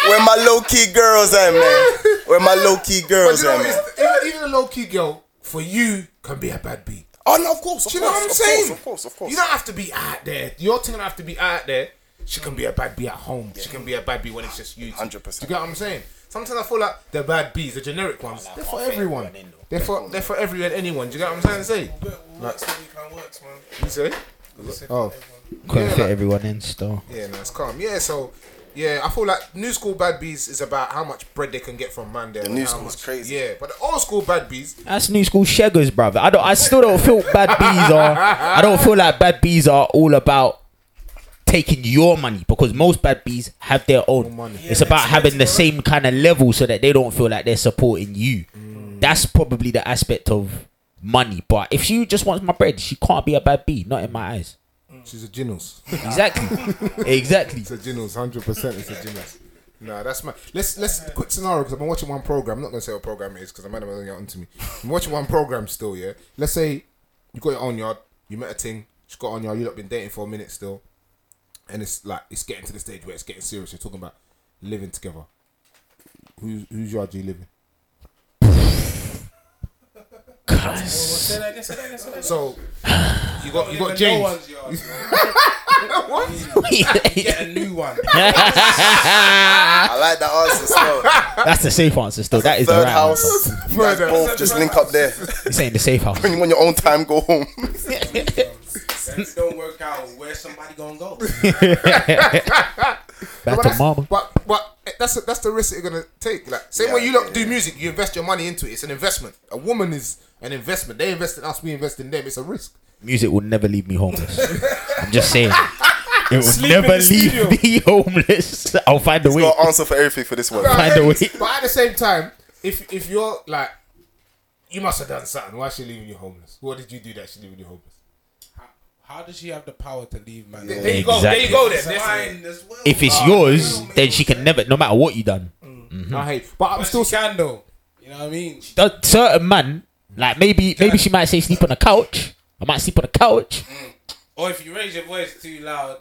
S4: Where my low key girls at, man? Where my low key
S1: but
S4: girls
S1: you know
S4: at,
S1: what,
S4: man?
S1: it's- even, even a low key girl for you can be a bad beat.
S4: Oh no, of course. Of
S1: Do you know
S4: course,
S1: what I'm
S4: of
S1: saying?
S4: Course, of course, of course.
S1: You don't have to be out there. Your team don't have to be out there. She can be a bad bee at home. She can be a bad bee when it's just you. two.
S4: 100%.
S1: Do you get what I'm saying? Sometimes I feel like the bad bees, the generic ones, they're for everyone. They're for they're for everyone, anyone. Do you get what I'm trying to say?
S2: Work, works when you can works, man.
S1: You say? Oh.
S3: Couldn't
S1: Yeah,
S3: fit
S1: like-
S3: everyone in still.
S1: Yeah, no, it's calm. Yeah, so yeah, I feel like new school bad bees is about how much bread they can get from man. There, the
S4: new school's crazy.
S1: Yeah, but the old school bad bees,
S3: That's new school shaggers, brother. I don't. I still don't feel bad bees are. I don't feel like bad bees are all about taking your money because most bad bees have their own money. it's
S2: Yeah,
S3: about
S2: it's
S3: having the
S2: expensive,
S3: same kind of level so that they don't feel like they're supporting you. That's probably the aspect of money. But if she just wants my bread, she can't be a bad bee. Not in my eyes.
S1: she's a ginos.
S3: Exactly. exactly.
S1: It's a Ginos, hundred percent. It's a Ginos. Nah, that's my. Let's let's quick scenario because I've been watching one program. I'm not gonna say what program it is because I might have been on to me. I'm watching one program still. Yeah. Let's say you got your own yard. You met a thing. She got on yard. You lot been dating for a minute still, and it's like it's getting to the stage where it's getting serious. You're talking about living together. Who's whose yard do you live in?
S2: Say that again, say that again, say that again.
S1: So you got you got
S6: Even no
S1: James.
S6: one's yours.
S3: That's
S6: Get a new one.
S4: I like that answer. Still.
S3: the safe answer. Still, that is the
S4: Third
S3: right answer.
S4: house. You guys
S1: Further.
S4: both just link up there.
S3: This ain't the safe house.
S4: When you on your own time, go home.
S6: If it don't work out, where's somebody gonna go?
S3: Back
S1: But
S3: to
S1: that's,
S3: mama.
S1: but but that's that's the risk you're gonna take. Like same way
S4: Yeah,
S1: you lot
S4: yeah,
S1: do
S4: yeah.
S1: music, you invest your money into it. It's an investment. A woman is an investment. They invest in us, we invest in them. It's a risk.
S3: music will never leave me homeless. I'm just saying. It will
S2: Sleep in
S3: never
S2: the
S3: leave
S2: studio.
S3: me homeless. I'll find a
S4: You
S3: way.
S4: got answer for everything for this one.
S1: But
S3: Find a way.
S1: at the same time, if if you're like, you must have done something. Why is she leaving you homeless? What did you do that she leaving you homeless?
S6: How does she have the power to leave, man?
S1: There you go. There you
S3: Exactly.
S1: go. Then. That's it.
S6: Mine as well.
S3: If it's
S2: Ah.
S3: yours, then she can never, no matter what you done. Mm-hmm.
S1: I hate. But I'm
S6: But
S1: still.
S6: she can though. You know what I mean?
S3: A certain man, like maybe, maybe she might say sleep on the couch. I might sleep on the couch.
S6: Or if you raise your voice too loud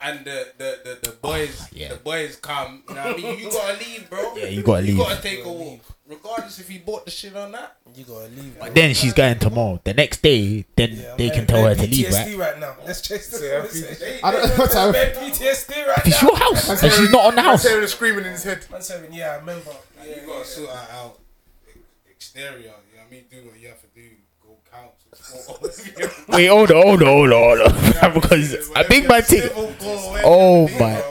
S6: and the the, the, the boys
S3: yeah.
S6: the boys come, you know what I mean? You gotta leave, bro.
S3: Yeah, you gotta
S6: You
S3: leave.
S6: gotta take a walk. Regardless if you bought the shit or not.
S2: You gotta leave. man.
S3: Then she's going tomorrow. The next day, then
S2: Yeah,
S3: they
S2: man,
S3: can tell her
S2: man,
S3: to leave,
S2: PTSD
S3: right?
S2: now. Let's chase this.
S1: I don't know what time.
S2: Man, PTSD right
S3: It's
S2: now.
S3: your house, and she's not on the house.
S1: Hearing the screaming in his head.
S2: Man seven, yeah, I remember. Yeah,
S6: You gotta sort her out exterior, you know what I mean? Do what you have to do. Go couch.
S3: Wait, hold on, hold on, hold on, hold on. because a big man thing. Oh my!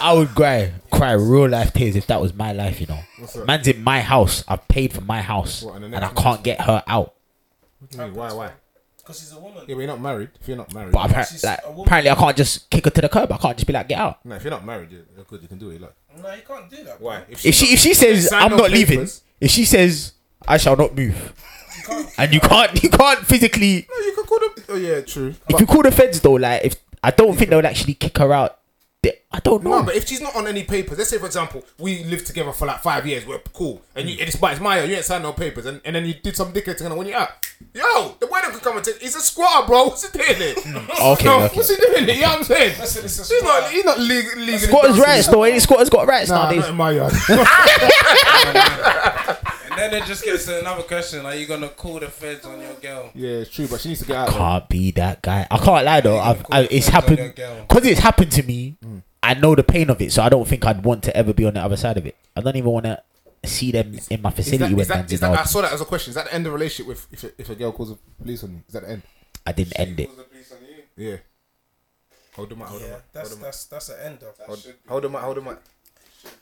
S3: I would cry, cry real life tears if that was my life. You know,
S1: that?
S3: man's in my house. I paid for my house,
S1: What, and the
S3: and,
S1: next one
S3: I can't get her out.
S1: Why? Why?
S2: Because she's a woman.
S1: Yeah, but you're not married. If you're not married,
S3: But apparently,
S2: She's
S3: like,
S2: a woman.
S3: apparently, I can't just kick her to the curb. I can't just be like, get out.
S1: no, if you're not married, you're you're good. You can do it. Like
S2: No, you can't do that. bro.
S1: why?
S3: If she if she says
S1: Sign
S3: I'm
S1: no
S3: not leaving,
S1: papers.
S3: if she says I shall not move,
S2: You can't.
S3: and you can't you can't physically.
S1: No, you could call them. Oh yeah, true.
S3: If you call the feds though, like if I don't think they'll actually kick her out. They- I don't know.
S1: No, but if she's not on any papers, let's say for example, we lived together for like five years, we're cool, and
S3: Hmm.
S1: you, it's, but it's Maya, you ain't signed no papers, and, and then you did some dickhead thing, and when you out, yo, the boy that could come and take, he's a squatter, bro. What's he doing there?
S3: Hmm. okay,
S1: No,
S3: okay.
S1: What's he doing there? You know what I'm saying?
S2: I said it's a
S1: He's not,
S2: squatter.
S1: he's not legal, legally.
S3: Squatters'
S1: bound to
S3: rights
S1: do-
S3: though. ain't it? Squatters got rights
S1: Nah,
S3: nowadays.
S1: not in my yard.
S6: And then it just gets to another question. Are you gonna call the feds on your girl?
S1: yeah, it's true, but she needs to get out. though.
S3: can't be that guy. I can't lie though. I've, I, it's
S6: Call the
S3: happened
S6: feds on your girl.
S3: because it's happened to me.
S1: Mm.
S3: I know the pain of it, so I don't think I'd want to ever be on the other side of it. I don't even want to see them in my
S1: Is that,
S3: facility
S1: is
S3: when
S1: that,
S3: man's
S1: is
S3: in
S1: that, I
S3: that,
S1: saw that as a question. Is that the end of a relationship with if a, if a girl calls the police on you? Is that the end?
S3: I didn't end it.
S6: Calls the police on you.
S1: Yeah. Hold them up, hold them
S2: Yeah,
S1: up.
S2: that's that's that's an ender.
S1: Hold them up, hold them up.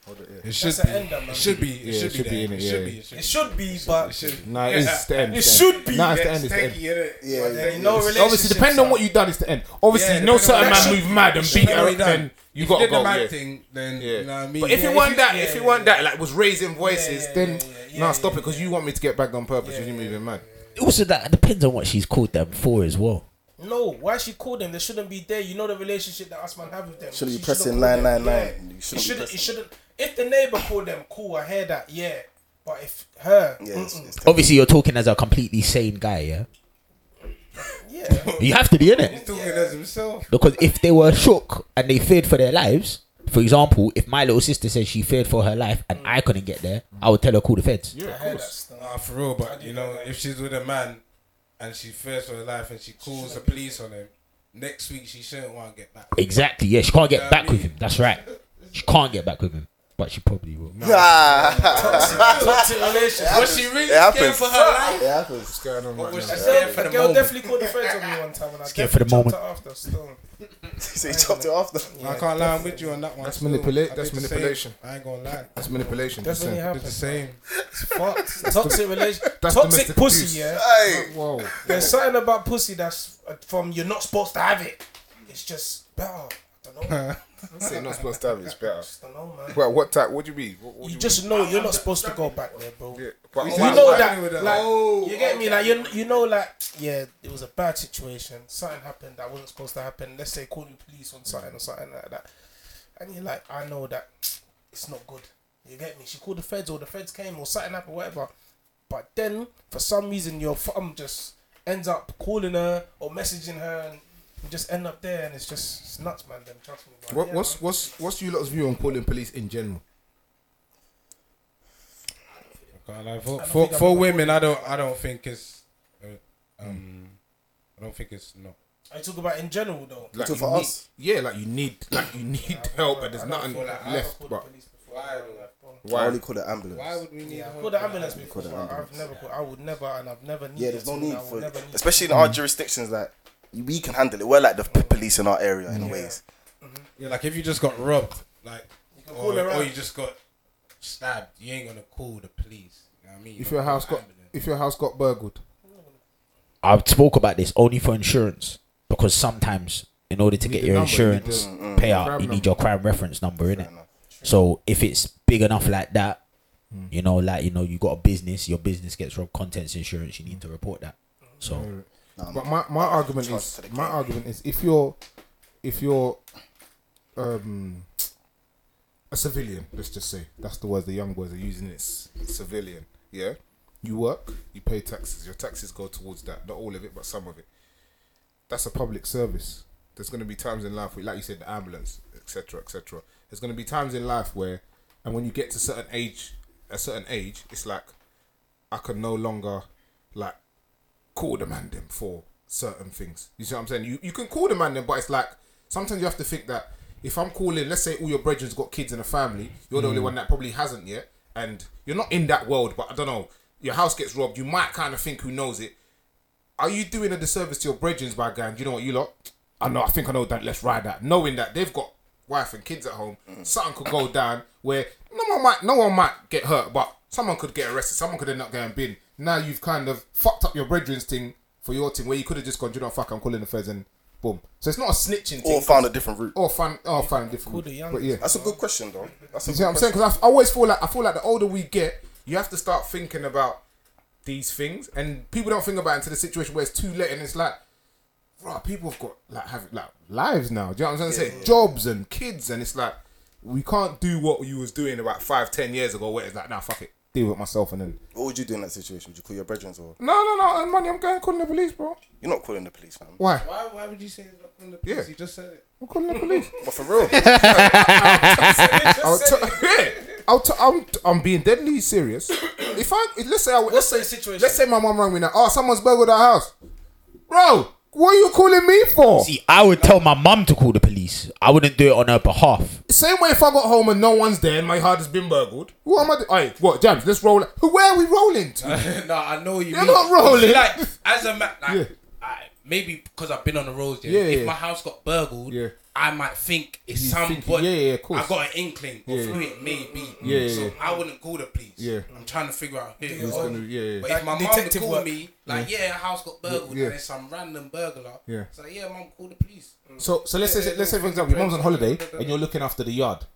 S1: Hold it, yeah.
S6: It should
S2: That's
S6: be.
S2: an ender, man.
S6: It should be. It
S1: Yeah,
S6: should be there.
S1: in
S6: It
S1: it,
S6: should
S1: yeah.
S6: be. It should
S2: It
S6: be.
S2: should be, but
S6: should be.
S1: Nah, it's the end.
S2: It
S1: it's the
S2: should
S1: end.
S2: be.
S1: Nah, it's the
S6: That's
S1: end. It's the end.
S6: techie, innit?
S4: Yeah.
S6: But
S2: then
S6: then
S2: you know
S6: it's-
S1: Obviously, depending on what you done, it's the end. Obviously,
S6: Yeah,
S1: no
S6: depending
S1: certain
S6: on what-
S1: man
S6: That
S1: move mad and
S2: should
S1: beat
S2: be
S1: her,
S2: already done.
S1: then you
S6: If
S1: got to
S6: did
S1: go.
S6: the mad
S1: yeah.
S6: thing, then
S1: Yeah.
S6: you know what I mean.
S1: But if
S6: Yeah,
S1: it weren't that,
S2: yeah,
S1: if it
S2: yeah,
S1: weren't that, like was raising voices,
S2: yeah,
S1: then
S2: yeah, yeah,
S1: nah,
S2: yeah,
S1: stop it
S2: yeah,
S1: because you want me to get back on purpose. you moving mad.
S5: Also, that depends on what she's called them for as well.
S2: no. Why she called them? They shouldn't be there. You know the relationship that us man have with them.
S4: Should
S2: She
S4: be
S2: should've
S4: pressing
S2: called
S4: line,
S2: them.
S4: line,
S2: Yeah.
S4: line. You
S2: You
S4: shouldn't be
S2: shouldn't. You
S4: pressing.
S2: shouldn't. If the neighbor called them, cool. I hear that. Yeah, but if her,
S4: Yeah, it's, it's techie.
S5: Obviously, you're talking as a completely sane guy, yeah.
S2: yeah,
S5: You have to be in it
S6: he's talking as himself.
S5: because if they were shook and they feared for their lives, for example, if my little sister says she feared for her life and I couldn't get there, I would tell her call the feds.
S2: I hear that stuff.
S6: Nah, for real. But you know, if she's with a man and she fears for her life and she calls the police on him, next week she shouldn't want to get back.
S5: Exactly. Yeah, she can't get
S6: Yeah,
S5: back
S6: me.
S5: with him. That's right. She can't get back with him, but she probably will.
S4: Oh.
S2: Toxic relationship.
S6: Was she really
S4: It happens.
S6: scared for her life?
S4: Yeah, happens.
S1: What's going on right
S6: Was
S1: now?
S6: she
S2: Yeah,
S6: scared for
S2: the
S6: the
S2: girl
S6: moment?
S2: definitely called the feds on me one time, and I
S5: Scared for the
S2: definitely
S5: moment.
S2: chopped her After still.
S4: So he chopped it off. the-
S6: I can't lie, I'm with you on that one.
S1: That's
S6: still.
S1: manipula-
S6: I did
S1: that's
S6: the same.
S1: manipulation.
S6: I ain't gonna lie.
S1: That's manipulation.
S2: That's when it
S6: Did the
S2: happens.
S6: same.
S2: It's fucked. Toxic relationship.
S1: That's
S2: Toxic
S1: domestic
S2: pussy.
S1: abuse.
S2: Yeah.
S4: Hey,
S1: Whoa.
S2: There's something about pussy that's uh, from you're not supposed to have it. It's just better. I don't know. I
S1: Say not supposed to have it, it's better.
S2: don't know, man.
S1: Well, what type? What do you mean? What, what do
S2: You
S1: you
S2: just know you're not supposed to go back there, bro.
S1: mean? Yeah, but
S6: You
S2: You
S1: why-
S6: Wow.
S2: know
S1: why-
S2: that,
S6: With that.
S2: like,
S6: Oh,
S2: you get me, like you, you know, like, yeah, it was a bad situation. Something happened that wasn't supposed to happen. Let's say call the police on something or something like that, and you're like, I know that it's not good. You get me? She called the feds, or the feds came, or something happened, whatever. But then, for some reason, your thumb just ends up calling her or messaging her, and you just end up there, and it's just it's nuts, man. Then trust me. but
S1: What,
S2: yeah,
S1: what's
S2: man.
S1: what's what's you lot's view on calling police in general?
S6: I can't lie. For,
S2: I don't
S6: for,
S2: think I'm
S6: for
S2: gonna-
S6: women, I don't I don't think it's uh, um I don't think it's not.
S2: I talk about in general though.
S1: Like
S4: Do
S1: you
S4: for
S1: need-
S4: us?
S1: yeah, like you need like you need help, and there's nothing
S2: I've
S1: left.
S2: called the
S1: But
S2: police before.
S4: I
S1: why?
S4: only call it ambulance.
S6: Why would we
S2: Yeah,
S6: need
S2: I've
S6: help?
S2: called the ambulance before.
S4: Call the
S2: but I've
S4: ambulance.
S2: never called. I would never, and I've never needed.
S4: Yeah, there's no
S2: to,
S4: need
S2: and I would
S4: for it.
S2: never need
S4: Especially in our jurisdictions, like, we can handle it. We're like the p- police in our area in ways.
S6: Yeah, like if you just got robbed, like
S2: can call
S6: or,
S2: her
S6: or
S2: out.
S6: you just got stabbed, you ain't gonna call the police. You know what I mean?
S1: If your house got if your house got burgled,
S5: I've spoke about this only for insurance because sometimes in order to
S1: need
S5: get
S1: the
S5: your
S1: number, you need
S5: insurance
S1: the- uh,
S5: payout,
S1: crime
S5: you need
S1: number.
S5: your crime reference number in it. So if it's big enough like that, you know, like you know, you got a business, your business gets robbed, contents insurance, you need to report that. So
S1: But my, my argument
S4: Trust
S1: is
S4: to the
S1: my
S4: game.
S1: argument is if you're if you're um a civilian, let's just say that's the word the young boys are using. It's civilian, yeah. You work, you pay taxes. Your taxes go towards that, not all of it, but some of it. That's a public service. There's going to be times in life, where, like you said, the ambulance, etc., etc. There's going to be times in life where, and when you get to certain age, a certain age, it's like I can no longer like call the man them for certain things. You see what I'm saying? You you can call the man them, but it's like sometimes you have to think that if I'm calling, let's say all your brethren's got kids and a family, you're the only one that probably hasn't yet, and you're not in that world. But I don't know, your house gets robbed, you might kind of think who knows it. Are you doing a disservice to your brethren's by going? You know what, you lot? I know. I think I know that. Let's ride that, knowing that they've got wife and kids at home. Something could go down where no one might, no one might get hurt, but someone could get arrested. Someone could end up getting bin. Now you've kind of fucked up your brethren's thing for your team, where you could have just gone, "Do you know, what, fuck, I'm calling the feds and boom. So it's not a snitching thing.
S4: Or found a different route.
S1: or fun, or fun, different.
S2: Call the young-
S1: But yeah,
S4: That's a good question, though. That's a
S1: you
S4: good
S1: see what I'm saying?
S4: question.
S1: Because I, I always feel like I feel like the older we get, you have to start thinking about these things, and people don't think about it until the situation where it's too late, and it's like, right, people have got like have like lives now. Do you know what I'm saying? Jobs and kids, and it's like we can't do what you was doing about five, ten years ago. Where it's like, nah, fuck it, deal with myself, and then
S4: What would you do in that situation? Would you call your brethren or?
S1: no, no, no, and money, I'm going calling the police, bro.
S4: You're not calling the police, man.
S1: Why?
S6: why why would you say it's not from the
S1: Yeah.
S6: police? You just said it.
S1: I'm calling the police.
S4: But for real,
S1: I'll t- yeah, I'll t- I'm, I'm being deadly serious. If I let's say I let's
S2: What's
S1: say
S2: the situation?
S1: let's say my mom rang me now. Oh, someone's burgled our house, bro. What are you calling me for?
S5: see, I would tell my mum to call the police. I wouldn't do it on her behalf.
S1: Same way if I got home and no one's there and my heart has been burgled. What am I? Do- Aye, what, James? Let's roll. Who? Where are we rolling to?
S6: no, I know what you
S1: You're
S6: mean.
S1: not rolling.
S6: Like as a man, like,
S1: Yeah.
S6: I, maybe because I've been on the roads. Yeah,
S1: Yeah,
S6: if
S1: yeah.
S6: my house got burgled,
S1: Yeah.
S6: I might think it's
S1: You
S6: somebody.
S1: think- yeah, yeah, of course.
S6: I got an inkling of
S1: Yeah.
S6: who it may be.
S1: Yeah,
S6: so
S1: yeah.
S6: I wouldn't call the police.
S1: Yeah.
S6: I'm trying to figure out who it
S1: It's
S6: was.
S1: gonna- yeah, yeah.
S6: But
S2: Like
S6: if my mum would
S2: detective
S6: call
S2: work.
S6: me, like, yeah, house got burgled,
S1: Yeah.
S6: and it's some random burglar.
S1: Yeah.
S6: It's like, yeah, mum, call the police.
S1: So, so let's say, let's say for example, your mom's on holiday and you're looking after the yard,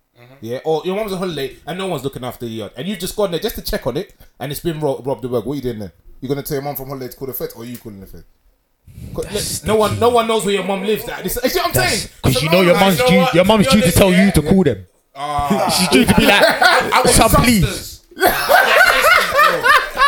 S1: yeah, or your mom's on holiday and no one's looking after the yard, and you've just gone there just to check on it, and it's been ro- robbed. The work. What are you doing then? You're gonna tell your mom from holiday to call the feds, or are you calling the feds? 'Cause let- No one, no one knows where your mom lives. That this, you see what I'm saying?
S3: Because you know your mum's
S6: know
S3: due,
S6: what?
S3: your mum's
S6: To
S3: due
S6: be
S3: to
S6: honest,
S3: tell you
S6: yeah.
S3: to call them.
S1: Ah.
S3: She's due to be
S6: I
S3: like,
S6: got
S3: son, please.
S6: sisters. I got sisters, bro.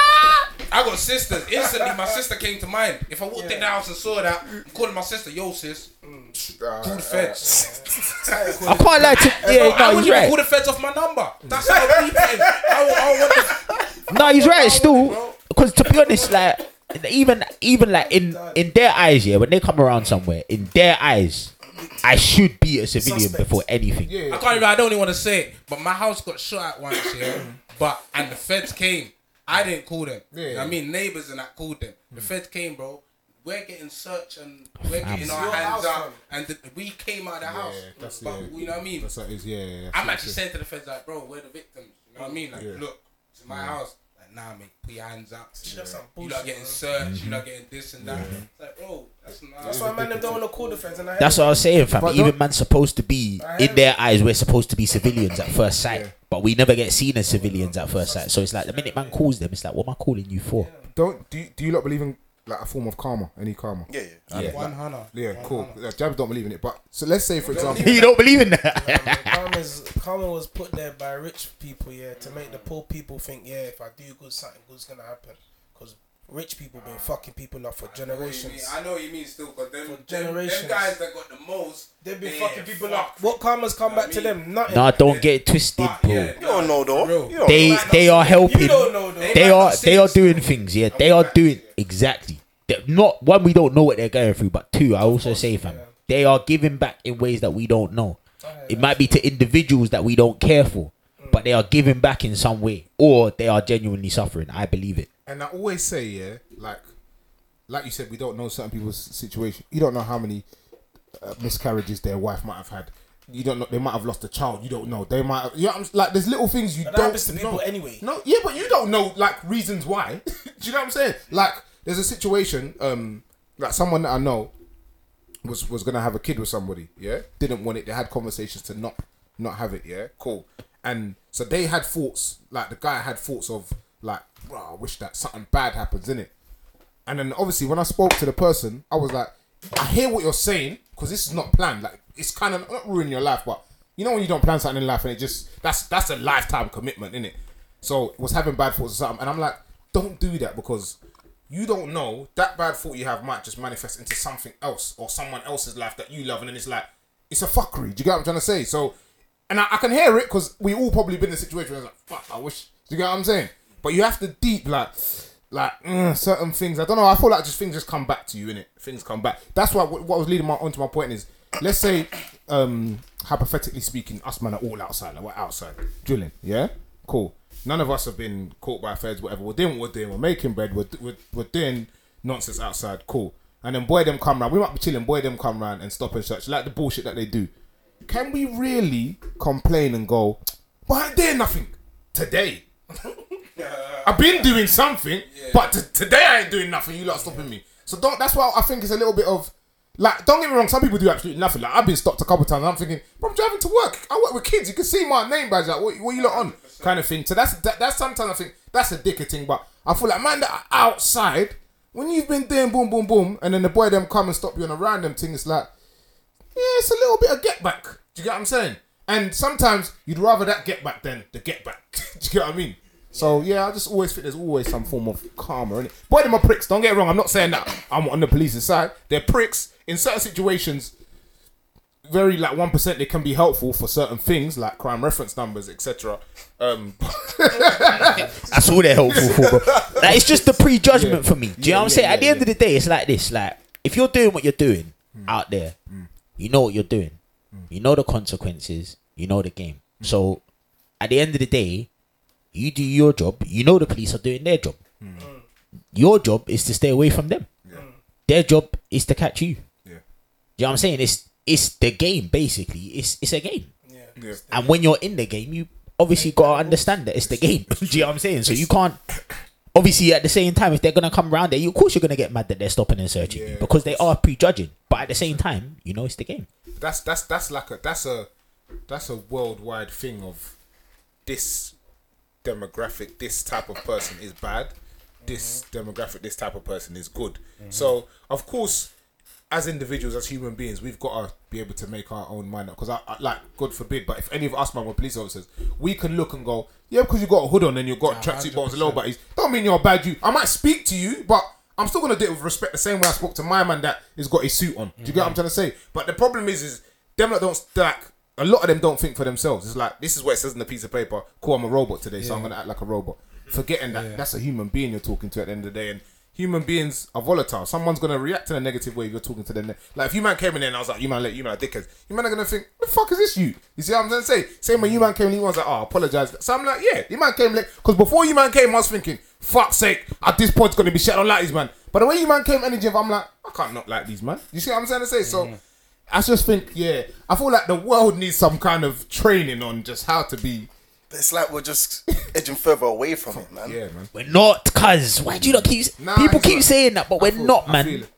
S6: I got sisters. Instantly, my sister came to mind. If I walked in the house and saw that, I'm calling my sister, yo, sis, call the feds.
S3: I can't lie to.
S6: Bro,
S3: Yeah,
S6: I
S3: no, he's
S6: wouldn't even call
S3: right.
S6: the feds off my number. That's how I keep it. I would- I would want the
S3: No, he's right still. Because to be honest, like even even like in in their eyes, yeah, when they come around somewhere, in their eyes, I should be a civilian
S2: Suspect.
S3: before anything.
S6: I can't even. I don't even want to say it, but my house got shot at once, yeah. but and the feds came. I didn't call them. You know what I mean, neighbors and I called them. The feds came, bro. We're getting searched and we're getting our
S2: Your
S6: hands
S2: house,
S6: out,
S2: fam.
S6: and the, we came out of the house.
S1: that's-
S6: but
S1: yeah.
S6: you know what I mean.
S1: That's what it is. Yeah, yeah, yeah.
S6: I'm actually saying to the feds like, bro, we're the victims. You know what I mean? Like,
S1: Yeah.
S6: look, it's my house. Like, nah, mate, put your hands up.
S2: Yeah. That's some
S6: You
S2: bullshit,
S6: not getting
S2: bro.
S6: searched. You not getting this and that. It's like, bro, that's not.
S2: That's why man them don't want to call the feds. And I
S3: That's
S2: hear
S3: what I was saying, fam.
S1: But
S3: Even
S1: don't-
S3: man's supposed to be in their eyes, we're supposed to be civilians at first sight, but we never get seen as civilians at first sight. So it's like the minute man calls them, it's like, what am I calling you for?
S1: Don't do you, do you not believe in like a form of karma? Any karma?
S4: Yeah, yeah.
S1: yeah.
S6: One hundred.
S1: Yeah, cool. Yeah, Jabs don't believe in it, but so let's say for example,
S3: you don't believe in that?
S2: it, man. Karma is- Karma was put there by rich people, yeah, to make the poor people think, yeah, if I do good, something good's gonna happen. Because rich people been fucking people up for generations.
S6: I know what you mean still, because them, them, them
S2: generations.
S6: guys that got the most,
S2: They've been
S6: they
S2: fucking people
S6: fuck.
S2: up. What karma's come back to
S6: I mean-
S2: them? Nothing.
S3: nah, don't get it twisted,
S6: But,
S3: bro.
S6: yeah,
S4: You don't know though.
S6: Bro.
S4: You don't know.
S3: They they are
S2: you
S3: helping.
S2: don't know though.
S3: They
S6: might
S3: are
S6: not see
S3: they are
S6: us.
S3: doing things. Yeah, they are doing exactly. They're not one, we don't know what they're going through, but two, I also say, fam, they are giving back in ways that we don't know. It might be to individuals that we don't care for, but they are giving back in some way, or they are genuinely suffering. I believe it.
S1: and I always say, yeah, like, like you said, we don't know certain people's situation. You don't know how many uh, miscarriages their wife might have had. You don't know. They might have lost a child. You don't know. They might. Have, you know, what I'm s- like there's little things you
S2: But that
S1: don't
S2: happens to
S1: know.
S2: people anyway.
S1: No, yeah, but you don't know like reasons why. Do you know what I'm saying? Like there's a situation. Um, like someone that I know was was gonna have a kid with somebody, yeah, didn't want it. They had conversations to not not have it, yeah, cool. And so they had thoughts, like the guy had thoughts of like, "Bruh, I wish that something bad happens in it. And then obviously when I spoke to the person, I was like, I hear what you're saying because this is not planned. Like it's kind of not ruining your life, but you know when you don't plan something in life and it just that's that's a lifetime commitment, innit? So was having bad thoughts or something, and I'm like, don't do that because you don't know that bad thought you have might just manifest into something else or someone else's life that you love, and then it's like it's a fuckery. Do you get what I'm trying to say? So, and I, I can hear it because we all probably been in a situation where it's like, fuck, I wish. Do you get what I'm saying? But you have to deep like, like mm, certain things. I don't know. I feel like just things just come back to you, innit? Things come back. That's why what, what was leading my onto my point is, let's say, um, hypothetically speaking, us man are all outside. Like we're outside drilling. Yeah, cool. None of us have been caught by feds, whatever. We're doing what we're doing. We're making bread. We're, we're, we're doing nonsense outside. Cool. And then boy, them come round. We might be chilling. Boy, them come round and stop and search. Like the bullshit that they do. Can we really complain and go, but I did nothing today? I've been doing something, but t- today I ain't doing nothing. You lot are stopping me. So don't. That's why I think it's a little bit of like. Don't get me wrong. Some people do absolutely nothing. Like I've been stopped a couple times. And I'm thinking, bro, I'm driving to work. I work with kids. You can see my name badge. Like what, what you lot on? Kind of thing. So that's that, that's sometimes I think that's a dicker thing. But I feel like man, that are outside when you've been doing boom, boom, boom, and then the boy them come and stop you on a random thing. It's like yeah, it's a little bit of get back. Do you get what I'm saying? And sometimes you'd rather that get back than the get back. Do you get what I mean? So yeah, I just always think there's always some form of karma in it. Boy, them are pricks. Don't get it wrong. I'm not saying that I'm on the police's side. They're pricks in certain situations. Very like one percent, they can be helpful for certain things like crime reference numbers, etc. Um,
S3: That's all they're helpful for, bro. Like, it's just the prejudgment for me. Do you know what I'm
S1: yeah,
S3: saying? At
S1: yeah,
S3: the end
S1: yeah. Hmm.
S3: of the day, it's like this: like if you're doing what you're doing out there, you know what you're doing. You know the consequences. You know the game.
S1: Hmm.
S3: So, at the end of the day, you do your job. You know the police are doing their job.
S1: Hmm.
S3: Your job is to stay away from them. Their job is to catch you.
S1: yeah,
S3: Do you know what I'm saying? It's it's the game basically. It's it's a game,
S2: Yeah.
S3: and when you're in the game, you obviously gotta understand that it's the game. Do you know what I'm saying? So you can't. Obviously, at the same time, if they're gonna come around there, you, of course you're gonna get mad that they're stopping and searching you because they are prejudging. But at the same time, you know it's the game.
S1: that's that's that's like a that's a that's a worldwide thing of this demographic this type of person is bad this demographic this type of person is good so of course as individuals as human beings we've got to be able to make our own mind up because I, I like god forbid but if any of us man were police officers we can look and go yeah because you got a hood on and you've got tracksuit bottoms and low butties don't mean you're bad you i might speak to you but I'm still gonna do it with respect the same way I spoke to my man that has got his suit on. Do you get what I'm trying to say? But the problem is, is them that don't like a lot of them don't think for themselves. It's like this is what it says in the piece of paper. Cool, I'm a robot today, so I'm gonna act like a robot, forgetting that that's a human being you're talking to at the end of the day, and human beings are volatile. Someone's gonna react in a negative way if you're talking to them. Like if you man came in there and I was like, you man, like, you man, are dickheads. You man are gonna think, the fuck is this you? You see what I'm gonna say? Same when you man came, and he was like, oh, I apologize. So I'm like, yeah, you man came late because before you man came, I was thinking, fuck's sake, at this point it's gonna be shit on like these man. But the way you man came energy, I'm like, I can't not like these man. You see what I'm trying to say? So. I just think, yeah, I feel like the world needs some kind of training on just how to be.
S4: It's like we're just edging further away from it, man.
S1: Yeah, man.
S3: We're not, cuz. Why do you not keep.
S1: Nah,
S3: people
S1: it's
S3: keep
S1: not.
S3: saying that, but we're
S1: feel-
S3: not,
S1: I
S3: man.
S1: feel it.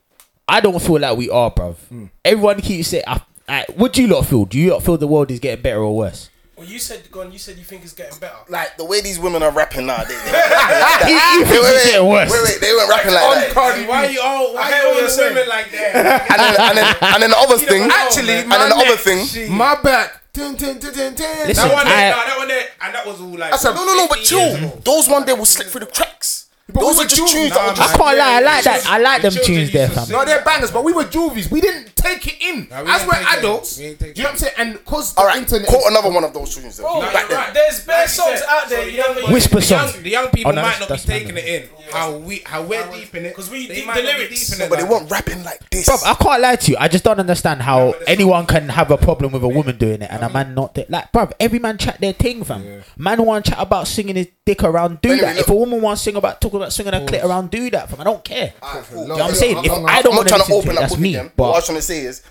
S3: I don't feel like we are, bruv.
S6: Hmm.
S3: Everyone keeps saying. I, I, what do you lot feel? Do you lot feel the world is getting better or worse?
S2: Well, you said, gone. You said you think it's getting better.
S4: Like the way these women are rapping nowadays.
S6: Ah,
S3: He, he thinks it's getting worse.
S4: Wait, wait, they weren't rapping like that.
S6: Why you all? Why
S2: hear what
S6: you all
S2: you're
S6: the
S2: saying.
S6: women like that?
S4: And then, and then, and then the other thing.
S1: Actually,
S4: and
S1: my
S4: then the other
S1: neck-
S4: thing.
S1: My back. Dun, dun, dun, dun, dun.
S3: Listen,
S6: That one,
S3: I-
S6: there, no, that one, there, and that was all like.
S1: That's a-
S4: No, no, no, but
S6: 50 years
S4: chill. Those one day will slip through the cracks.
S1: But
S4: Those
S1: we
S4: are
S1: were
S4: just
S1: doing-
S4: tunes
S1: Nah,
S4: that are
S3: I
S4: just.
S3: can't lie, I like that. I like them
S6: children
S3: tunes there,
S6: used to
S3: fam.
S6: sing.
S1: No, they're bangers, but we were juvies. We didn't take it in.
S6: Nah, we
S1: As
S6: didn't
S1: we're
S6: take it in.
S1: adults,
S6: We
S1: you
S6: didn't take
S1: know
S6: it
S1: what I'm saying? And because the
S4: All right,
S1: internet.
S4: quote another one of those tunes. then.
S2: Oh,
S4: Back then.
S2: right. There's bare
S6: Like you
S2: songs
S6: said,
S2: out there.
S6: so the
S2: you
S6: young-
S2: know,
S3: Whisper
S6: The young,
S3: songs.
S6: the young people
S3: Oh, no,
S6: might
S3: that's-
S6: not
S3: that's
S6: be taking
S3: random.
S6: it in. How we, how we're deep in it.
S2: 'Cause we
S6: They
S2: dig
S6: might
S2: the
S6: not be
S2: lyrics.
S6: deep in
S4: No,
S6: it,
S4: but they
S6: like-
S4: weren't rapping like this.
S3: Bruv, I can't lie to you. I just don't understand how anyone can have a problem with a woman doing it and a man not. do- Like, bruv, every man chat their thing, fam. Man want to chat about singing his dick around, do
S4: Anyway,
S3: that.
S4: look-
S3: If a woman wants to sing about talking about singing her clit around, do that, fam. I don't care.
S4: cool.
S3: You know what I'm saying? If
S1: I'm
S3: I don't
S4: I'm
S3: want
S4: not trying to
S3: listen
S4: open
S3: to it,
S4: up
S3: that's
S4: with
S3: me.
S4: them. What I was
S3: But
S4: trying to say is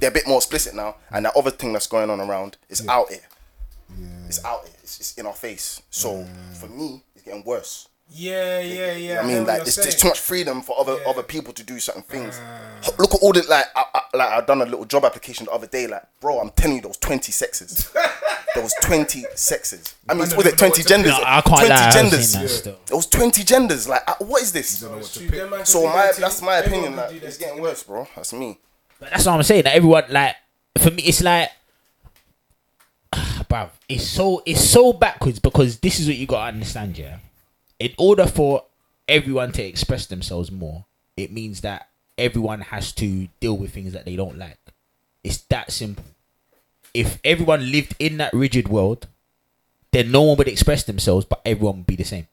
S4: they're a bit more explicit now, and that other thing that's going on around is out here. It's out here. It's, it's in our face. So for me, it's getting worse.
S2: Yeah, yeah, yeah.
S4: I mean,
S2: know
S4: like
S2: what
S4: there's,
S2: you're saying.
S4: there's
S2: Ah.
S4: too much freedom for other other people to do certain things. Look at all the like, I, I, like I done a little job application the other day. Like, bro, I'm telling you, there was 20 sexes. there was 20 sexes. I mean, was it 20 genders?
S3: No, I can't
S4: 20
S3: lie, I haven't
S4: genders.
S3: seen that still.
S4: There was 20 genders. Like, I- what is this?
S2: Shoot, them man can
S4: So
S2: do
S4: my
S2: that too.
S4: that's my
S2: Everyone
S4: opinion.
S2: can
S4: Like,
S2: do that
S4: it's
S2: too.
S4: getting worse, bro. That's me.
S3: but that's what I'm saying. That everyone like for me, it's like, bruv, it's so it's so backwards because this is what you gotta understand, yeah. In order for everyone to express themselves more, it means that everyone has to deal with things that they don't like. It's that simple. If everyone lived in that rigid world, then no one would express themselves, but everyone would be the same.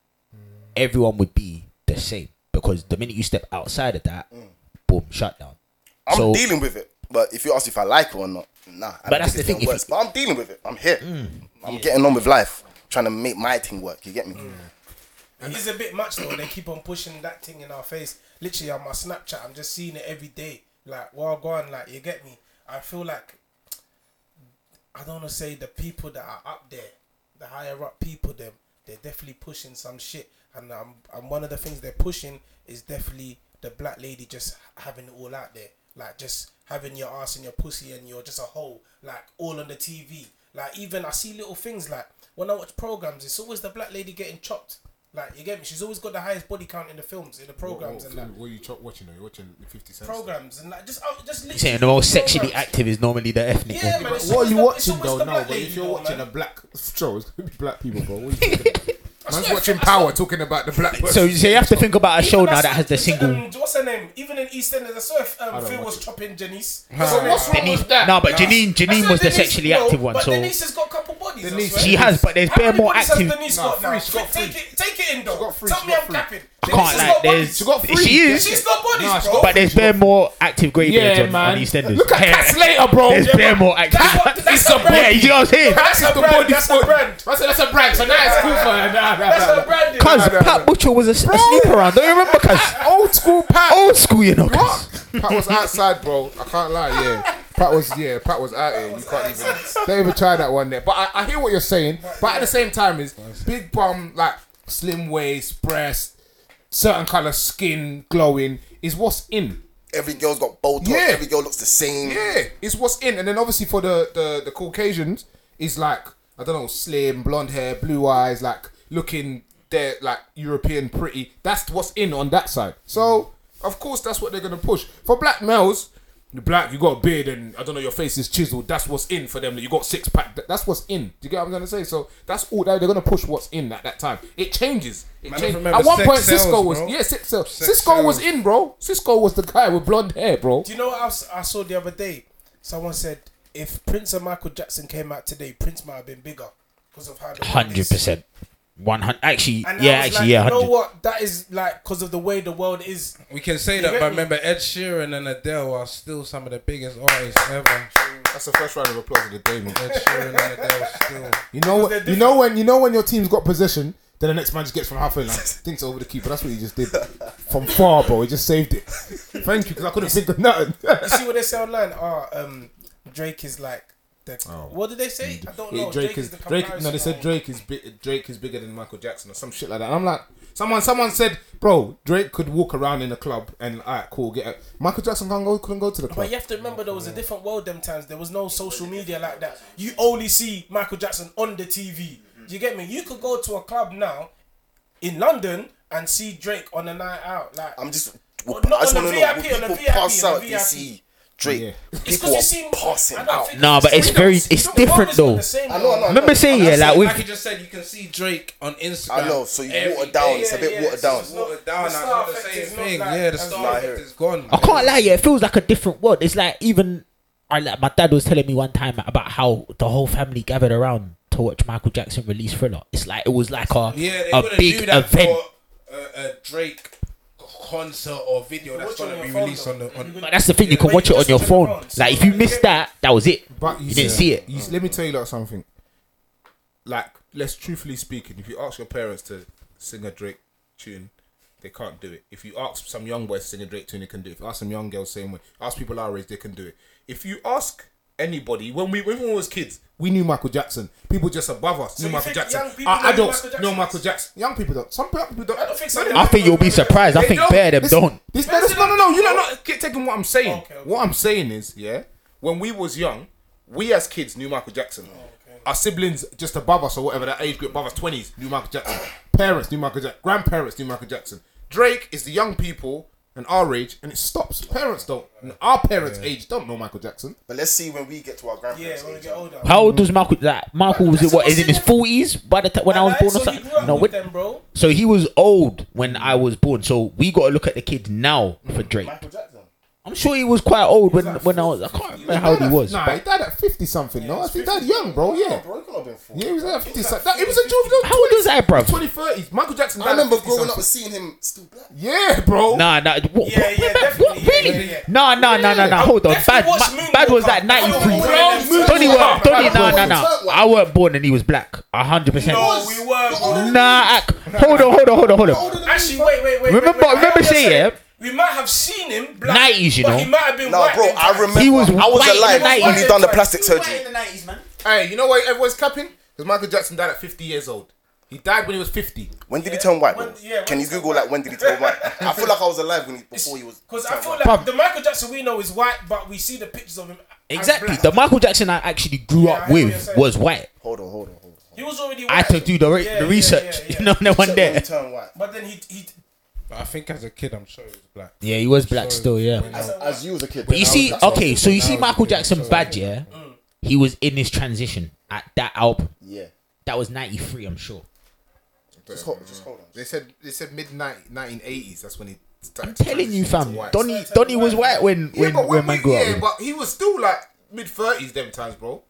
S3: Everyone would be the same because the minute you step outside of that, boom, shutdown.
S4: I'm
S3: So-
S4: dealing with it. But if you ask if I like it or not, nah. I
S3: But that's
S4: don't think it's
S3: the thing,
S4: getting
S3: if
S4: Worse.
S3: you- Mm.
S4: But I'm dealing with it. I'm here. I'm getting on with life, trying to make my thing work. You get
S2: Mm.
S4: me?
S2: It is a bit much though. They keep on pushing that thing in our face. Literally on my Snapchat, I'm just seeing it every day. Like, well gone, like you get me. I feel like I don't wanna say the people that are up there, the higher up people them, they're definitely pushing some shit. And um, and one of the things they're pushing is definitely the black lady just having it all out there. Like just having your ass and your pussy and you're just a hoe, like all on the TV. Like even I see little things like when I watch programs, it's always the black lady getting chopped. Like you get me? She's always got the highest body count in the films, in the programs, and that
S1: What are you chop- watching? Are you watching the 50 Cent? stuff?
S2: programs and like just oh, just literally
S3: saying the most sexually
S2: programs.
S3: active is normally the ethnic
S2: Yeah,
S3: one.
S2: man. It's
S1: What
S2: always
S1: are you
S2: the- it's
S1: watching
S2: always
S1: though?
S2: the
S1: No,
S2: black
S1: but if
S2: lady
S1: you're
S2: though,
S1: watching
S2: man.
S1: a black show, it's gonna be black people, bro. What are you talking about? Man's watching Power, talking about the black.
S3: So, so you have to think about a show
S2: Even I
S3: now that
S2: saw-
S3: has the
S2: um,
S3: single.
S2: what's her name? Even in EastEnders, I saw if um,
S1: don't
S2: Phil
S1: watch
S2: was
S1: it.
S2: chopping Janice.
S1: So what's wrong
S3: Denise,
S1: with that?
S3: no, but Janine,
S2: I
S3: Janine
S2: said
S3: was the
S2: Denise-
S3: sexually
S2: no,
S3: active one.
S2: But
S3: So
S2: Denise has got a couple bodies. I
S1: Denise-
S2: swear.
S3: she has, but there's
S2: How
S3: bare
S2: many
S3: more
S2: bodies has
S3: active.
S2: Denise
S1: Nah,
S2: got now?
S1: three, she's got
S2: Take
S1: three.
S2: it, take it in though.
S1: got three,
S2: Tell
S1: she's
S2: me
S1: got
S2: I'm
S1: three.
S2: capping.
S3: I can't like there's
S1: She got three.
S3: She is,
S2: She's got bodies,
S1: Nah, she
S2: bro.
S1: got
S3: but there's bare more active greybeards
S1: Yeah,
S3: on,
S1: man.
S3: on EastEnders.
S1: Look at
S3: Yeah.
S1: Cass later, bro.
S3: There's
S1: Yeah,
S3: bare more active.
S2: That's what- that's a brand.
S3: yeah, you know what I'm saying?
S1: That's
S2: That's
S1: the
S2: a brand.
S1: body.
S2: That's a brand.
S1: I said that's a brand. So now it's cool for her. Nah, nah,
S2: That's
S1: nah,
S2: a
S1: nah.
S2: brand.
S3: Cuz
S1: no, no.
S3: Pat Butcher was a, s- a sleeper around. Don't you remember? Cuz
S1: Old school Pat.
S3: old school, you know. Cuz
S1: Pat was outside, bro. I can't lie. Yeah, Pat was yeah, Pat was out here. You can't even don't even try that one there. But I, I hear what you're saying. But at the same time, is big bum like slim waist, breast, certain color skin, glowing is what's in.
S4: Every girl's got Botox.
S1: Yeah.
S4: Every girl looks the same.
S1: Yeah, it's what's in. And then obviously for the the, the Caucasians, is like I don't know, slim, blonde hair, blue eyes, like looking they're like European pretty. That's what's in on that side. So of course that's what they're gonna push for black males. The black, you got a beard and I don't know, your face is chiseled. That's what's in for them. You got six pack. That- That's what's in. Do you get what I'm gonna say? So that's all that they're gonna push what's in at that time. It changes. It
S6: Man, I
S1: changes.
S6: remember
S1: At one
S6: sex
S1: point,
S6: sells,
S1: Cisco was
S6: bro.
S1: yeah, six Cisco
S6: Sex
S1: was
S6: sells.
S1: in, bro. Cisco was the guy with blonde hair, bro.
S2: Do you know what else I saw the other day? Someone said if Prince and Michael Jackson came out today, Prince might have been bigger because of how the world
S3: Hundred
S2: is.
S3: percent. One hundred. Actually,
S2: And I
S3: yeah.
S2: was
S3: Actually,
S2: like,
S3: yeah.
S2: You know
S3: Hundred.
S2: what? That is like because of the way the world is.
S6: We can say that,
S2: get
S6: but
S2: me?
S6: remember, Ed Sheeran and Adele are still some of the biggest artists ever.
S1: That's the first round of applause of the day, man.
S6: Ed Sheeran and Adele still.
S1: You know
S2: they're
S1: what? You know when you know when your team's got possession, then the next man just gets from halfway line, thinks over the keeper. That's what he just did from far, bro. He just saved it. Thank you, because I couldn't think of nothing.
S2: You see what they say online? Ah, um, Drake is like the.
S1: Oh,
S2: What did they say? I don't know.
S1: Yeah, Drake is Drake. No, they said
S2: comparison.
S1: Drake is big, Drake is bigger than Michael Jackson or some shit like that. And I'm like, someone, someone said, bro, Drake could walk around in a club and alright, cool, get out. Michael Jackson can't go, couldn't go to the club.
S2: But you have to remember there was a different world them times. There was no social media like that. You only see Michael Jackson on the TV.
S4: Mm-hmm.
S2: Do you get me? You could go to a club now in London and see Drake on a night out. Like
S4: I'm just.
S2: Well,
S4: I
S2: not
S4: just
S2: on
S4: want
S2: the
S4: to know. Will
S2: VIP, on the
S4: people
S2: VIP,
S4: pass
S2: on the
S4: out if they
S2: VIP.
S4: see Drake.
S1: Yeah.
S2: It's 'cause
S4: People
S2: you
S4: are
S2: see-
S4: passing
S2: I don't
S4: out.
S2: think
S3: Nah, but it's
S2: the
S3: very-
S2: same.
S3: it's
S2: The world
S3: different
S2: is not
S3: though.
S2: the same,
S4: I know, I know, I know.
S3: Remember saying
S4: I'm
S3: yeah, like
S4: saying,
S3: with
S6: Like you just said, you can see Drake on Instagram.
S4: I know, so you
S6: every
S4: water down,
S6: day.
S4: it's a bit
S2: yeah,
S4: watered
S2: so
S4: down.
S2: it's not-
S6: Watered
S2: the
S6: down. I
S2: star
S6: said the
S2: effect
S6: same
S2: is not
S6: thing.
S2: like-
S6: Yeah, the
S2: as
S6: star
S4: like-
S6: effect is gone.
S3: I can't lie. Yeah, it feels like a different world. It's like even. I like my dad was telling me one time about how the whole family gathered around to watch Michael Jackson release Thriller. It's like it was like a
S6: Yeah, they
S3: a
S6: wouldn't
S3: big
S6: do that
S3: event.
S6: for uh, a, a Drake concert or video that's
S2: Watch on
S6: gonna
S2: your
S6: be
S2: phone,
S6: released
S2: though.
S6: on the. On,
S3: But that's the thing, you
S2: Yeah,
S3: can
S2: but
S3: watch
S2: you
S3: it on
S2: just
S3: your
S2: watch it on
S3: phone.
S2: your phone, so
S3: Like, if you
S2: like,
S3: missed
S2: yeah.
S3: that, that was it.
S1: But you,
S3: didn't see it.
S1: you- let me tell you like something. Like, let's truthfully speaking, if you ask your parents to sing a Drake tune, they can't do it. If you ask some young boys to sing a Drake tune, they can do it. If you ask some young girls, same way. Ask people our age, they can do it. If you ask anybody, when we when we was kids, we knew Michael Jackson. People just above us knew
S2: you
S1: Michael
S2: think
S1: Jackson.
S2: young people
S1: Our
S2: know who
S1: adults
S2: Michael
S1: know
S2: Jackson
S1: Michael
S2: is?
S1: Jackson. Young people don't. Some people don't. I don't think so.
S2: I
S3: I think you'll be surprised. I
S1: They
S3: think
S1: don't-
S3: bare them
S1: listen,
S3: don't.
S1: This, no, this- no, no, no. You're not, not get- taking what I'm saying.
S2: Okay, okay.
S1: What I'm saying is, yeah, when we was young, we as kids knew Michael Jackson. Our siblings just above us or whatever, that age group above us, 20s, knew Michael Jackson. Parents knew Michael Jackson. Grandparents knew Michael Jackson. Drake is the young people and our age, and it stops. Parents don't. and Our parents' age don't know Michael Jackson.
S4: But let's see when we get to our
S2: Yeah,
S4: grandparents.
S2: when we
S4: age,
S2: get older.
S3: How old was Michael? Like, Michael was it
S2: So
S3: what? Is in his
S2: what's
S3: forties by the time when I was
S2: Like,
S3: born
S2: so
S3: or
S2: you
S3: something?
S2: grew up
S3: No,
S2: with
S3: when-
S2: them, bro.
S3: so he was old when I was born. So we got to look at the kids now for Drake.
S4: Michael Jackson.
S3: I'm sure he was quite old when when I was. I can't remember how old he was.
S1: Nah, he
S3: but
S1: died at 50 something, no? I think he died young, bro, yeah.
S4: Bro, he could have been four.
S1: Yeah, he was at 50 something. That- He was a juvenile.
S3: How old was that, bruv?
S1: 20, 30s. Michael Jackson died
S4: I
S1: at
S4: remember
S1: 50
S4: growing
S1: something.
S4: up and seeing him still black.
S1: Yeah, bro.
S3: Nah, nah, what,
S2: Yeah,
S3: what,
S2: yeah,
S3: what,
S2: definitely, yeah,
S3: really?
S2: yeah, yeah.
S3: Nah, nah, nah, nah, nah. Hold on, bad,
S2: definitely watched
S3: ma- bad was that
S2: Moonwalker.
S3: ninety-three.
S2: I was born
S3: Donny,
S2: in
S3: was, Donny, nah, nah,
S4: Moonwalker.
S3: nah. I weren't born and he was black, hundred percent.
S2: No, we were. bro.
S3: Nah, ac- hold on, hold on, hold on, hold on.
S2: Actually, wait, wait, wait.
S3: Remember-
S2: wait, wait. I
S3: remember
S2: am
S3: saying, yeah?
S2: We might have seen him black,
S3: 90s, you
S2: but
S3: know.
S2: he might have been
S4: Nah,
S2: white.
S4: bro,
S2: them
S4: I
S2: times.
S4: remember.
S3: He was
S4: I was
S3: white in
S4: alive
S3: the
S4: when he
S3: 90s.
S4: done the plastic surgery.
S5: nineties, man.
S1: Hey, you know why everyone's capping? Because Michael Jackson died at 50 years old. He died when he was 50.
S4: When did he turn white? Bro?
S2: When- yeah, when
S4: Can you
S2: he turned
S4: Google like when did he turn white? I feel like I was alive when he, before he was.
S2: Because I
S4: turned
S2: feel
S4: white.
S2: like the Michael Jackson we know is white, but we see the pictures of him. as
S3: Exactly.
S2: black.
S3: The Michael Jackson I actually grew
S2: I
S3: up
S2: hear what you're
S3: with
S2: saying.
S3: was white.
S4: Hold on, hold on, hold on.
S2: He was already. White.
S3: I had to do the, re-
S2: Yeah,
S3: the
S2: yeah,
S3: research.
S2: yeah, yeah.
S3: You know, no one
S4: Check when he
S3: there.
S4: turned white.
S2: But then he he.
S6: but I think as a kid, I'm sure he was black.
S3: Yeah, he was black still. Yeah.
S4: As you was a kid.
S3: But you see, okay, so you see Michael Jackson bad, yeah. He was in his transition at that album.
S4: Yeah.
S3: That was ninety-three, I'm sure.
S4: Just hold, just hold on.
S1: They said they said mid 1980s. That's when he started.
S3: I'm telling you, fam.
S1: White.
S3: Donny, Donny was white when
S1: yeah,
S3: when
S1: but
S3: when man
S1: we-
S3: grew
S1: yeah,
S3: up. with.
S1: but he was still like mid 30s them times, bro.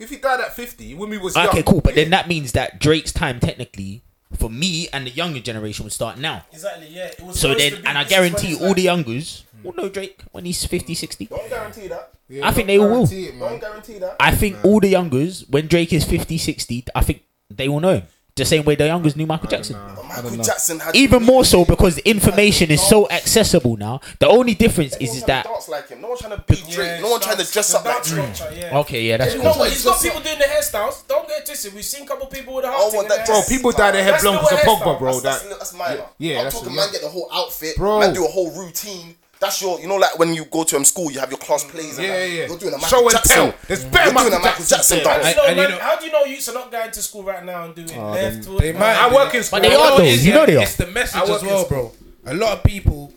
S1: If he died at 50, when we was
S3: Okay,
S1: young,
S3: cool. But then that means that Drake's time, technically, for me and the younger generation, would start now.
S2: Exactly. Yeah. It was
S3: So
S2: supposed
S3: then,
S2: to be-
S3: and I
S2: this is when
S3: guarantee
S2: it's
S3: all
S2: like-
S3: the youngers will know Drake when he's 50, 60.
S4: Don't guarantee that.
S1: Yeah,
S3: I think
S1: don't
S3: they will.
S1: guarantee it, man.
S4: guarantee that.
S3: I think all the youngers, when Drake is 50, 60, I think they will know him. the same way the youngers knew Michael Jackson.
S1: Nah, I
S4: Michael
S1: don't know.
S4: Jackson had
S3: Even more so because the information is so accessible now. The only difference is is that
S4: dance like him. No one trying to be Drake. No one trying to dress up like Drake.
S2: yeah.
S3: okay, yeah, that's
S2: You
S3: cool.
S2: know what? He's got people doing the hairstyles. Don't get it twisted. We've seen a couple people with a heart.
S4: want
S2: in
S4: that
S2: their
S4: dress.
S1: Bro,
S2: hair.
S1: Oh, people dye their hair
S2: That's
S1: blonde
S2: the
S1: because of
S2: way it
S1: Pogba,
S2: is,
S1: bro.
S4: that's,
S1: That
S4: that's minor.
S1: yeah,
S4: I'm
S1: that's
S4: talking
S1: a-
S4: man get the whole outfit,
S1: Bro.
S4: man do a whole routine. That's your, you know, like when you go to um, school, you have your class plays. And
S1: Yeah,
S4: that.
S1: yeah, yeah.
S4: You're doing a Michael
S1: Show and
S4: Jackson.
S1: tell. There's
S4: You're
S1: bare
S4: doing
S1: Michael
S4: a Michael
S1: Jackson
S4: Jackson
S1: there.
S4: dance.
S2: You know,
S6: And you
S2: man,
S6: know-
S2: how do you know youths are not going to school right now and doing left?
S1: then
S2: towards
S6: They
S2: right?
S6: might
S1: I
S6: be.
S1: work in school.
S3: But they are
S6: What
S3: though.
S6: it is,
S3: You know
S6: yeah,
S3: they are.
S6: It's the
S1: I
S6: message
S1: work
S6: as well,
S1: in
S6: bro. A lot of people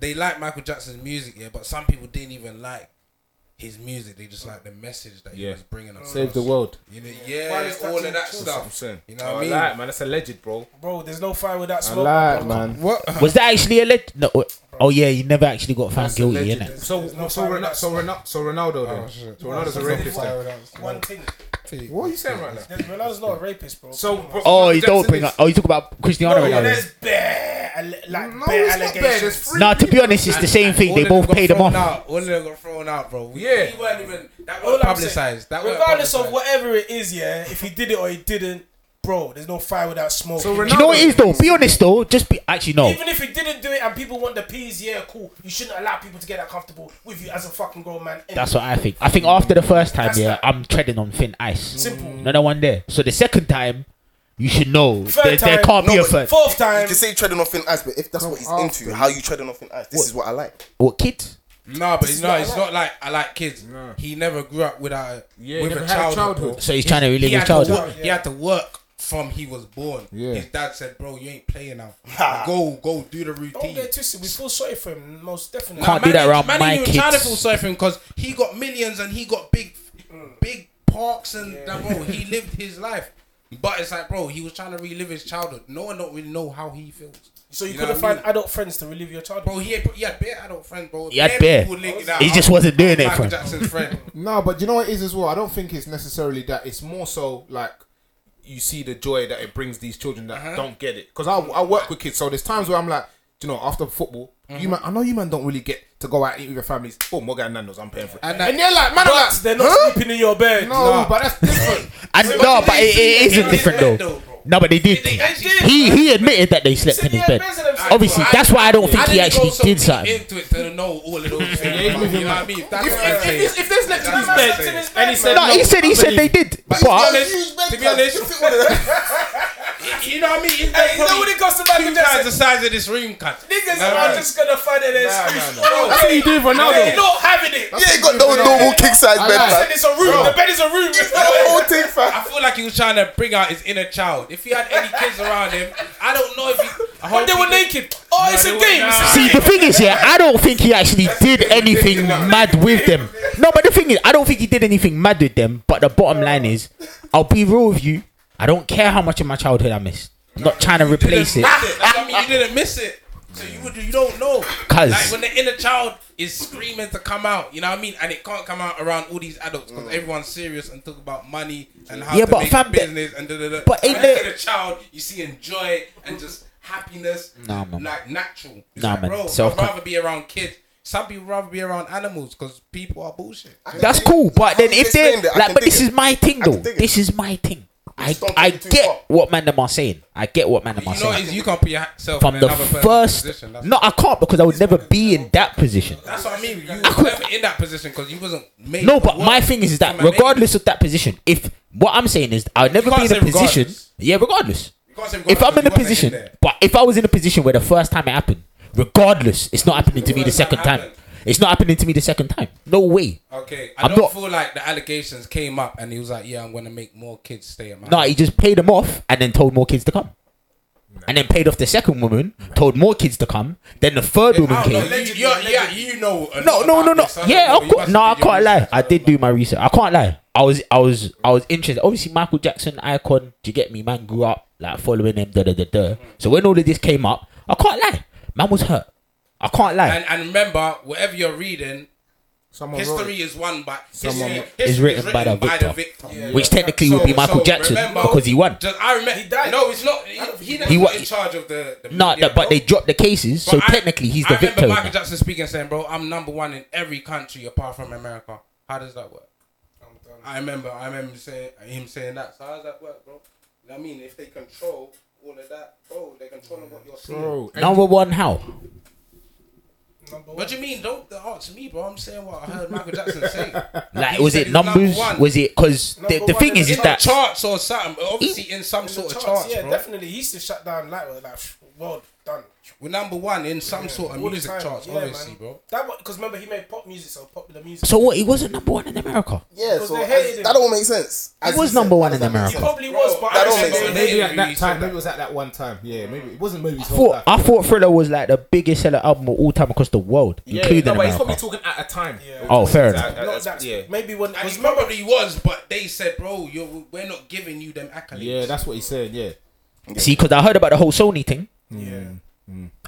S6: they like Michael Jackson's music, yeah, but some people didn't even like his music. They just like the message that he
S1: Yeah.
S6: was bringing us.
S1: Save the world.
S6: You know,
S2: Why
S6: yeah,
S2: is that
S6: all of
S2: too cool?
S6: that
S1: That's what I'm
S6: stuff.
S1: saying. Oh,
S6: You know what I mean?
S1: like, man. That's alleged, bro.
S2: Bro, there's no fire without
S1: I
S2: smoke.
S1: like, man.
S6: What?
S3: Was that actually a leg? No. uh, Oh yeah, you never actually got found guilty,
S1: Alleged.
S3: innit?
S1: So,
S2: There's no
S1: so,
S2: fire
S1: Ronaldo,
S2: without
S1: so, Ronaldo, so Ronaldo then.
S6: shit.
S1: so Ronaldo's a rapist then.
S2: One thing.
S1: What are you saying right now?
S2: There's- Ronaldo's not a rapist, bro.
S1: So,
S2: Come on.
S1: bro,
S3: Oh,
S1: Michael
S3: you don't
S1: Jackson
S3: bring
S1: is-
S3: up. Oh, you talk about Cristiano
S2: No,
S3: Ronaldo.
S2: there's bare, alle- like,
S1: No,
S2: bare
S1: it's not bare. There's
S2: allegations.
S1: free.
S3: Nah, to be honest, it's the same thing.
S6: All
S3: They
S6: of them
S3: both
S6: got
S3: paid them
S6: thrown
S3: off.
S6: Out. All of them got thrown out, bro. We,
S1: Yeah.
S6: we weren't even that
S2: All
S6: was
S2: I'm saying,
S6: publicized. That weren't
S2: Regardless of
S6: publicised.
S2: whatever it is, yeah, if he did it or he didn't, bro, there's no fire without smoke.
S1: So
S3: Do you know what it is though? Be honest though. Just be. Actually, no.
S2: Even if he didn't do it and people want the peas, yeah, cool. You shouldn't allow people to get that comfortable with you as a fucking grown man. anyway.
S3: That's what I think. I think after the first time,
S2: That's
S3: yeah,
S2: that.
S3: I'm treading on thin ice.
S2: Simple.
S3: Another one there. So the second time, you should know
S2: Third
S3: there, there
S2: time,
S3: can't be a
S4: no,
S3: third.
S2: Fourth
S4: You
S2: time,
S4: can say treading off in ice, but if that's what he's into, how you treading off in ice, this is what I like.
S3: What kid?
S6: No, but it's not.
S4: what I
S6: It's
S4: like.
S6: not like I like kids.
S1: No.
S6: He never grew up without a,
S1: Yeah, he
S6: with
S1: never
S6: a
S1: had a
S6: childhood.
S1: childhood.
S6: bro.
S3: So he's trying to relive
S6: he
S3: his
S6: had to
S3: childhood.
S6: work- He had to work from he was born.
S1: Yeah.
S6: His dad said, "Bro, you ain't playing now. go, go, do the
S2: don't
S6: routine."
S2: get twisted. We feel sorry for him, most definitely.
S3: Can't
S6: Nah,
S3: do that
S6: man,
S3: around
S6: man,
S3: my
S6: you trying to
S3: kids.
S6: feel sorry for him because he got millions and he got big, big parks and that. Bro, he lived his life. But it's like, bro, he was trying to relive his childhood. No one don't really know how he feels.
S2: So you,
S6: You know
S2: couldn't
S6: what I
S2: find adult friends to relive your childhood.
S6: Bro, he had, he had bare adult friends, bro.
S3: He had
S6: Bare
S3: bare.
S6: people linking out.
S3: He just wasn't doing it for
S6: Michael
S3: him.
S6: Jackson's friend.
S1: No, but you know what it is as well. I don't think it's necessarily that. It's more so like you see the joy that it brings these children that don't get it. Because I, I work with kids, so there's times where I'm like, do you know, after football, you man, I know you man don't really get to go out and eat with your families. Oh, Morgan and Nando's, I'm paying for it. And,
S6: And that-
S1: they're like, man, I'm
S2: But
S1: like,
S2: they're not
S1: huh?
S2: sleeping in your bed.
S1: No, but that's different.
S3: And no, but it, it isn't different though. No, but they did. He he admitted that they slept in his bed. Obviously, that's why I don't think he actually did something.
S6: Into it to know all of those
S1: he's
S6: things. man,
S1: moving
S6: you know what I
S1: mad.
S6: mean? That's
S1: If,
S6: what I'm
S1: if, if,
S6: saying.
S1: this- if there's next to his
S6: That's what I'm
S1: bed,
S6: saying.
S1: and he said,
S3: No, he said he said they
S1: believe you."
S3: did, but
S6: to be honest- You know what I mean? It's like
S2: You know
S6: probably
S2: when it comes to Michael
S6: two times
S2: Jackson,
S6: the size of this room, cut.
S2: niggas are just gonna find an excuse. Oh,
S1: That's what you do for now,
S2: They're
S1: though.
S2: not having it.
S4: You ain't got no normal kick size
S1: I
S4: bed,
S1: like
S4: man.
S2: And it's a room. The bed is a room.
S4: The whole thing, fam.
S6: I feel like he was trying to bring out his inner child. If he had any kids around him, I don't know if he. I
S2: But
S6: hope
S2: they
S6: he
S2: were
S6: did-
S2: naked. Oh, it's a
S6: they were-
S2: game. It's a
S6: nah.
S3: see the thing is, yeah, I don't think he actually did anything mad with them. No, but the thing is, I don't think he did anything mad with them. But the bottom line is, I'll be real with you. I don't care how much of my childhood I missed. I'm not trying to
S6: didn't
S3: replace it.
S6: miss I mean, you didn't miss it. So you would, you don't know.
S3: 'Cause-
S6: like when the inner child is screaming to come out, you know what I mean, and it can't come out around all these adults because everyone's serious and talk about money and how
S3: Yeah,
S6: to
S3: but
S6: make
S3: fam, the-
S6: business and da da da.
S3: but ain't
S6: When you
S3: the-
S6: see the child you see enjoy and just happiness,
S3: Nah, man.
S6: like natural. It's
S3: Nah,
S6: like,
S3: man.
S6: Bro, I'd
S3: Self-con-
S6: rather be around kids. Some people rather be around animals because people are bullshit.
S3: That's cool, but then
S4: How you
S3: if they
S4: explained it, I
S3: like,
S4: can
S3: but
S4: dig
S3: this
S4: it.
S3: is my thing
S4: I can
S3: though.
S4: dig it.
S3: This is my thing. I
S4: don't
S3: I
S4: go too
S3: get
S4: far.
S3: what man them are saying. I get what man them are
S6: You know,
S3: saying.
S6: is you can't put yourself
S3: From
S6: in
S3: the
S6: another person's
S3: first,
S6: position. That's
S3: no, I can't because I would never be in that position.
S6: That's what I mean. You were never in that position because you wasn't made.
S3: No,
S6: for
S3: but
S6: work.
S3: my thing is, is that
S6: From a name.
S3: regardless of that position, if what I'm saying is I'll never be
S6: can't
S3: in a
S6: say
S3: position.
S6: regardless.
S3: Yeah, regardless.
S6: You can't say
S3: If
S6: regardless
S3: I'm in a
S6: because you wasn't in
S3: position,
S6: there.
S3: but if I was in a position where the first time it happened, regardless, it's not happening to me the
S6: First time
S3: second time.
S6: happened.
S3: It's not happening to me the second time. No way.
S6: Okay, I
S3: I'm
S6: don't
S3: not-
S6: feel like the allegations came up and he was like, "Yeah, I'm gonna make more kids stay at my."
S3: No,
S6: house."
S3: he just paid them off and then told more kids to come. And then paid off the second woman, told more kids to come. Then the third woman
S6: I don't know,
S3: came.
S6: you- yeah, yeah, you know. a
S3: No,
S6: lot
S3: no,
S6: about
S3: no, no.
S6: this. I don't
S3: Yeah,
S6: know,
S3: of
S6: you
S3: course.
S6: must
S3: No, I
S6: have did your
S3: can't lie.
S6: research.
S3: I did do my research. I can't lie. I was, I was, I was interested. Obviously, Michael Jackson icon. Do you get me? Man grew up like following him. Da da da da. So when all of this came up, I can't lie. Man was hurt. I can't lie.
S6: And, and remember, whatever you're reading,
S1: Someone wrote it.
S6: history is one by
S1: Someone-
S6: history,
S3: It's
S6: history
S3: written by the victor. Which technically would be Michael Jackson
S6: remember-
S3: because he won.
S6: Just, I remember. He died. No, it's not. He, he,
S3: He wa-
S6: was in charge of the. the
S3: No,
S6: media,
S3: no, but
S6: bro.
S3: they dropped the cases, so
S6: But I-
S3: technically he's the
S6: I
S3: victor. in
S6: remember Michael
S3: that.
S6: Jackson speaking saying, "Bro, I'm number one in every country apart from America. How does that work?" I remember, I remember saying him saying that. So how does that work, bro? You know what I mean? If they control all of that, bro, they're controlling what you're seeing.
S1: Bro, and
S3: Number one, how?
S2: Number
S6: What
S2: one.
S6: do you mean? Don't ask me, bro. I'm saying what I heard Michael Jackson say.
S3: Like,
S6: He
S3: was
S6: said
S3: it
S6: he's number
S3: numbers?
S6: one.
S3: Was it because the,
S2: Number
S3: the
S2: one
S3: thing
S2: is
S3: is, is
S6: in
S3: that
S6: the charts or something? but Obviously, in some
S2: In the
S6: sort of
S2: charts,
S6: charts,
S2: yeah,
S6: bro.
S2: definitely. He used to shut down Lightwell, like, world done.
S6: We're number one in some sort of
S2: All the
S6: music
S2: time.
S6: charts,
S2: Yeah,
S6: obviously,
S2: man.
S6: bro.
S2: That because remember he made pop music, so popular music.
S3: so what? He wasn't number one in America.
S4: Yeah,
S2: 'Cause
S4: so
S2: they
S4: as-
S2: hated him.
S4: that don't make sense.
S3: He was number one in
S2: he
S3: America.
S2: probably was, but
S4: that
S2: I
S4: don't
S2: don't
S4: make
S2: know.
S4: sense.
S1: maybe
S6: Yeah,
S1: at that
S6: you
S1: time,
S6: said
S1: maybe it
S6: that.
S1: was at that one time. Yeah, maybe it wasn't maybe.
S3: I thought, I thought Thriller was like the biggest seller album of all time across the world,
S1: yeah,
S3: including
S1: no, but he's probably
S3: America.
S1: talking at a time.
S2: Yeah.
S3: Oh, fair enough.
S1: That- that-
S2: Not
S1: that's-
S2: that.
S1: yeah.
S2: Maybe when
S6: And
S2: was
S6: he
S2: remember
S6: probably was, but they said, bro, you're, we're not giving you them accolades.
S1: Yeah, that's what he said. Yeah,
S3: See, because I heard about the whole Sony thing
S2: yeah.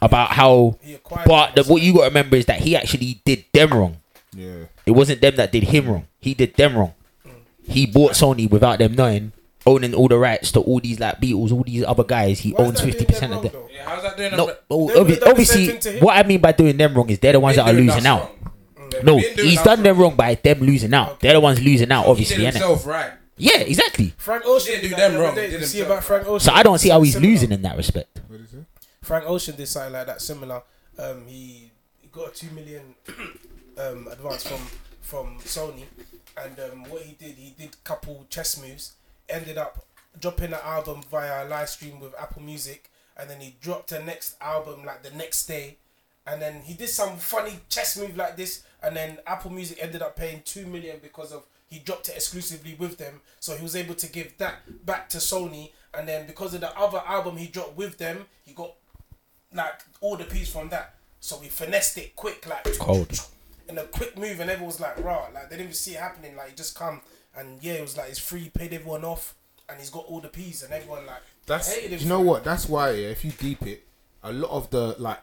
S3: about how,
S2: He acquired
S3: but the,
S2: it.
S3: what you got to remember is that he actually did them wrong.
S1: yeah.
S3: It wasn't them that did him wrong. He did them wrong.
S2: Mm.
S3: He bought Sony without them knowing, owning all the rights to all these like Beatles, all these other guys. He
S2: Why is
S3: owns
S2: that doing
S3: fifty percent
S2: them
S3: of them.
S2: wrong,
S6: Yeah, how's that doing?
S3: No,
S6: They've
S3: oh,
S2: They would've
S3: obvi-
S2: done the same thing to
S3: obviously,
S2: him.
S3: what I mean by doing them wrong is they're the ones that
S6: been
S3: are
S6: doing
S3: losing
S6: us
S3: out.
S6: wrong. They've
S3: No,
S6: been doing
S3: he's
S6: us
S3: done them
S6: wrong.
S3: wrong by them losing out. They're the ones losing out,
S6: He
S3: obviously,
S6: did
S3: innit?
S6: himself right.
S3: Yeah, exactly.
S2: Frank Ocean
S6: didn't do
S2: did
S6: them
S2: that the other
S6: wrong,
S2: day.
S6: he did
S2: You see
S6: himself.
S2: about Frank Ocean.
S3: So I don't see how he's
S2: Similar.
S3: losing in that respect.
S2: Frank Ocean did something like that similar. Um, he, he got a two million um, advance from from Sony, and um, what he did, he did couple chess moves. Ended up dropping the album via a live stream with Apple Music, and then he dropped the next album like the next day, and then he did some funny chess move like this, and then Apple Music ended up paying two million because of he dropped it exclusively with them, so he was able to give that back to Sony, and then because of the other album he dropped with them, he got like all the piece from that. So we finessed it quick, like
S3: Cold.
S2: in a quick move, and everyone was like, "Raw!" Like they didn't even see it happening. Like he just come and yeah, it was like it's free, paid everyone off, and he's got all the peas, and everyone like
S1: That's
S2: hated him
S1: you know
S2: for it.
S1: what. That's why yeah, if you deep it, a lot of the like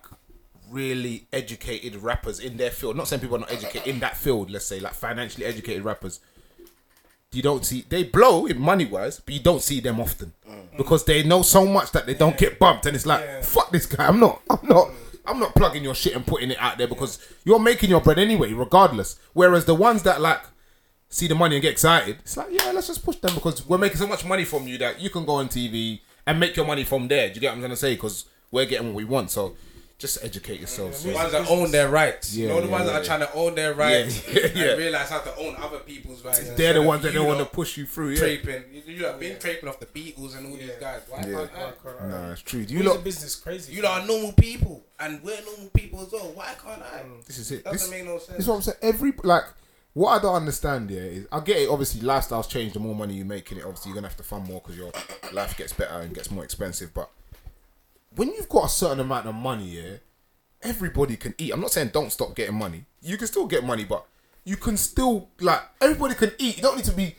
S1: really educated rappers in their field. Not saying people are not educated in that field. Let's say like financially educated rappers. You don't see they blow in money wise, but you don't see them often because they know so much that they don't get bumped, and it's like
S2: Yeah.
S1: fuck this guy. I'm not. I'm not. I'm not plugging your shit and putting it out there because you're making your bread anyway, regardless. Whereas the ones that like see the money and get excited, it's like, yeah, let's just push them because we're making so much money from you that you can go on TV and make your money from there. Do you get what I'm trying to say? Because we're getting what we want. So just educate yourselves.
S6: The
S1: Yeah,
S6: ones that own their rights.
S1: Yeah,
S6: you know the
S1: yeah,
S6: ones
S1: yeah,
S6: that are trying to own their rights
S1: Yeah, yeah.
S6: and realize how to own other people's rights.
S1: They're
S6: instead
S1: the
S6: of
S1: ones that
S6: you
S1: don't want to
S6: lot
S1: push you through. Yeah.
S6: Traping. You, you have been traping off the Beatles and all these guys. Why
S4: Yeah.
S6: can't I?
S2: Correct.
S1: Nah, it's true. Do
S2: He's
S1: you
S2: a
S1: look.
S2: business crazy.
S6: You lot are normal people, and we're normal people as well. Why can't I?
S2: Mm.
S1: This is it. This,
S6: Doesn't make no sense.
S1: this is what I'm saying. Every like, what I don't understand here is, I get it. Obviously, lifestyles change. The more money you make in it, obviously, you're gonna have to fund more because your life gets better and gets more expensive. But when you've got a certain amount of money, yeah, everybody can eat. I'm not saying don't stop getting money. You can still get money, but you can still like everybody can eat. You don't need to be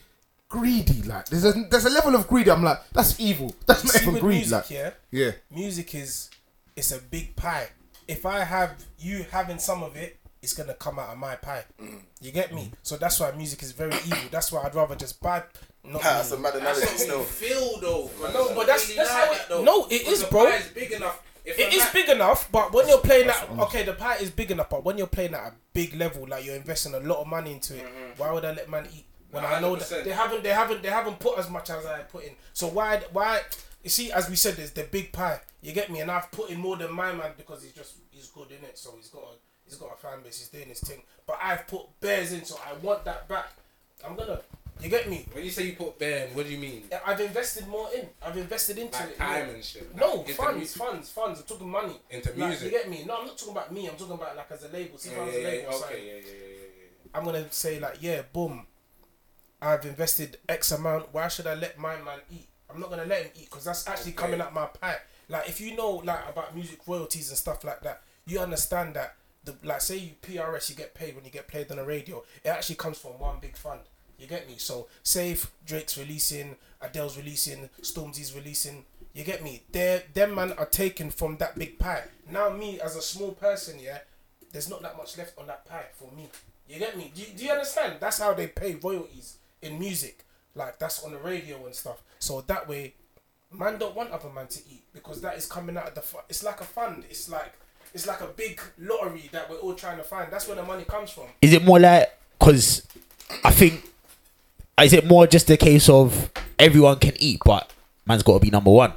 S1: greedy. Like there's a there's a level of greed. I'm like that's evil. That's not
S2: See,
S1: even
S2: with
S1: greed.
S2: music,
S1: like
S2: yeah?
S1: yeah,
S2: music is it's a big pie. If I have you having some of it, it's gonna come out of my pie. You get me? So that's why music is very evil. That's why I'd rather just buy. Not
S4: That's a mad
S6: That's
S4: analogy
S6: what
S4: still.
S6: we feel though.
S2: No, but that's- that's how it-
S6: though.
S2: no, it
S6: Because
S2: is,
S6: the
S2: bro.
S6: pie is big enough. If
S2: It
S6: a
S2: is
S6: man-
S2: big enough, but when you're playing at okay, the pie is big enough, but when you're playing at a big level, like you're investing a lot of money into it, why would I let man eat when I know that
S6: 100%.
S2: they haven't, they haven't, they haven't put as much as I put in? So why, why? You see, as we said, there's the big pie. You get me? And I've put in more than my man because he's just he's good in it, so he's got a, he's got a fan base, he's doing his thing. But I've put bears in, so I want that back. I'm gonna, you get me?
S6: When you say you put bare, in, what do you mean?
S2: I've invested more in. I've invested into
S6: Like
S2: it.
S6: time
S2: more.
S6: and shit.
S2: No,
S6: Like, into
S2: funds,
S6: music.
S2: funds, funds. I'm talking money.
S6: Into
S2: Like,
S6: music.
S2: You get me? No, I'm not talking about me. I'm talking about like as a label. See if I
S6: Yeah,
S2: was
S6: yeah,
S2: a label.
S6: yeah,
S2: so
S6: okay, yeah, yeah, yeah, yeah.
S2: I'm gonna say like, yeah, boom. I've invested X amount. Why should I let my man eat? I'm not gonna let him eat because that's actually coming up my pipe. Like if you know like about music royalties and stuff like that, you understand that the like say you PRS, you get paid when you get played on the radio. It actually comes from one big fund. You get me? So say if Drake's releasing, Adele's releasing, Stormzy's releasing. You get me? They're, them man are taken from that big pie. Now me as a small person, yeah, there's not that much left on that pie for me. You get me? Do you, do you understand? That's how they pay royalties in music. Like that's on the radio and stuff. So that way, man don't want other man to eat because that is coming out of the. Fu- it's like a fund. It's like it's like a big lottery that we're all trying to find. That's where the money comes from.
S3: Is it more like because uh, I think is it more just a case of everyone can eat, but man's got to be number one.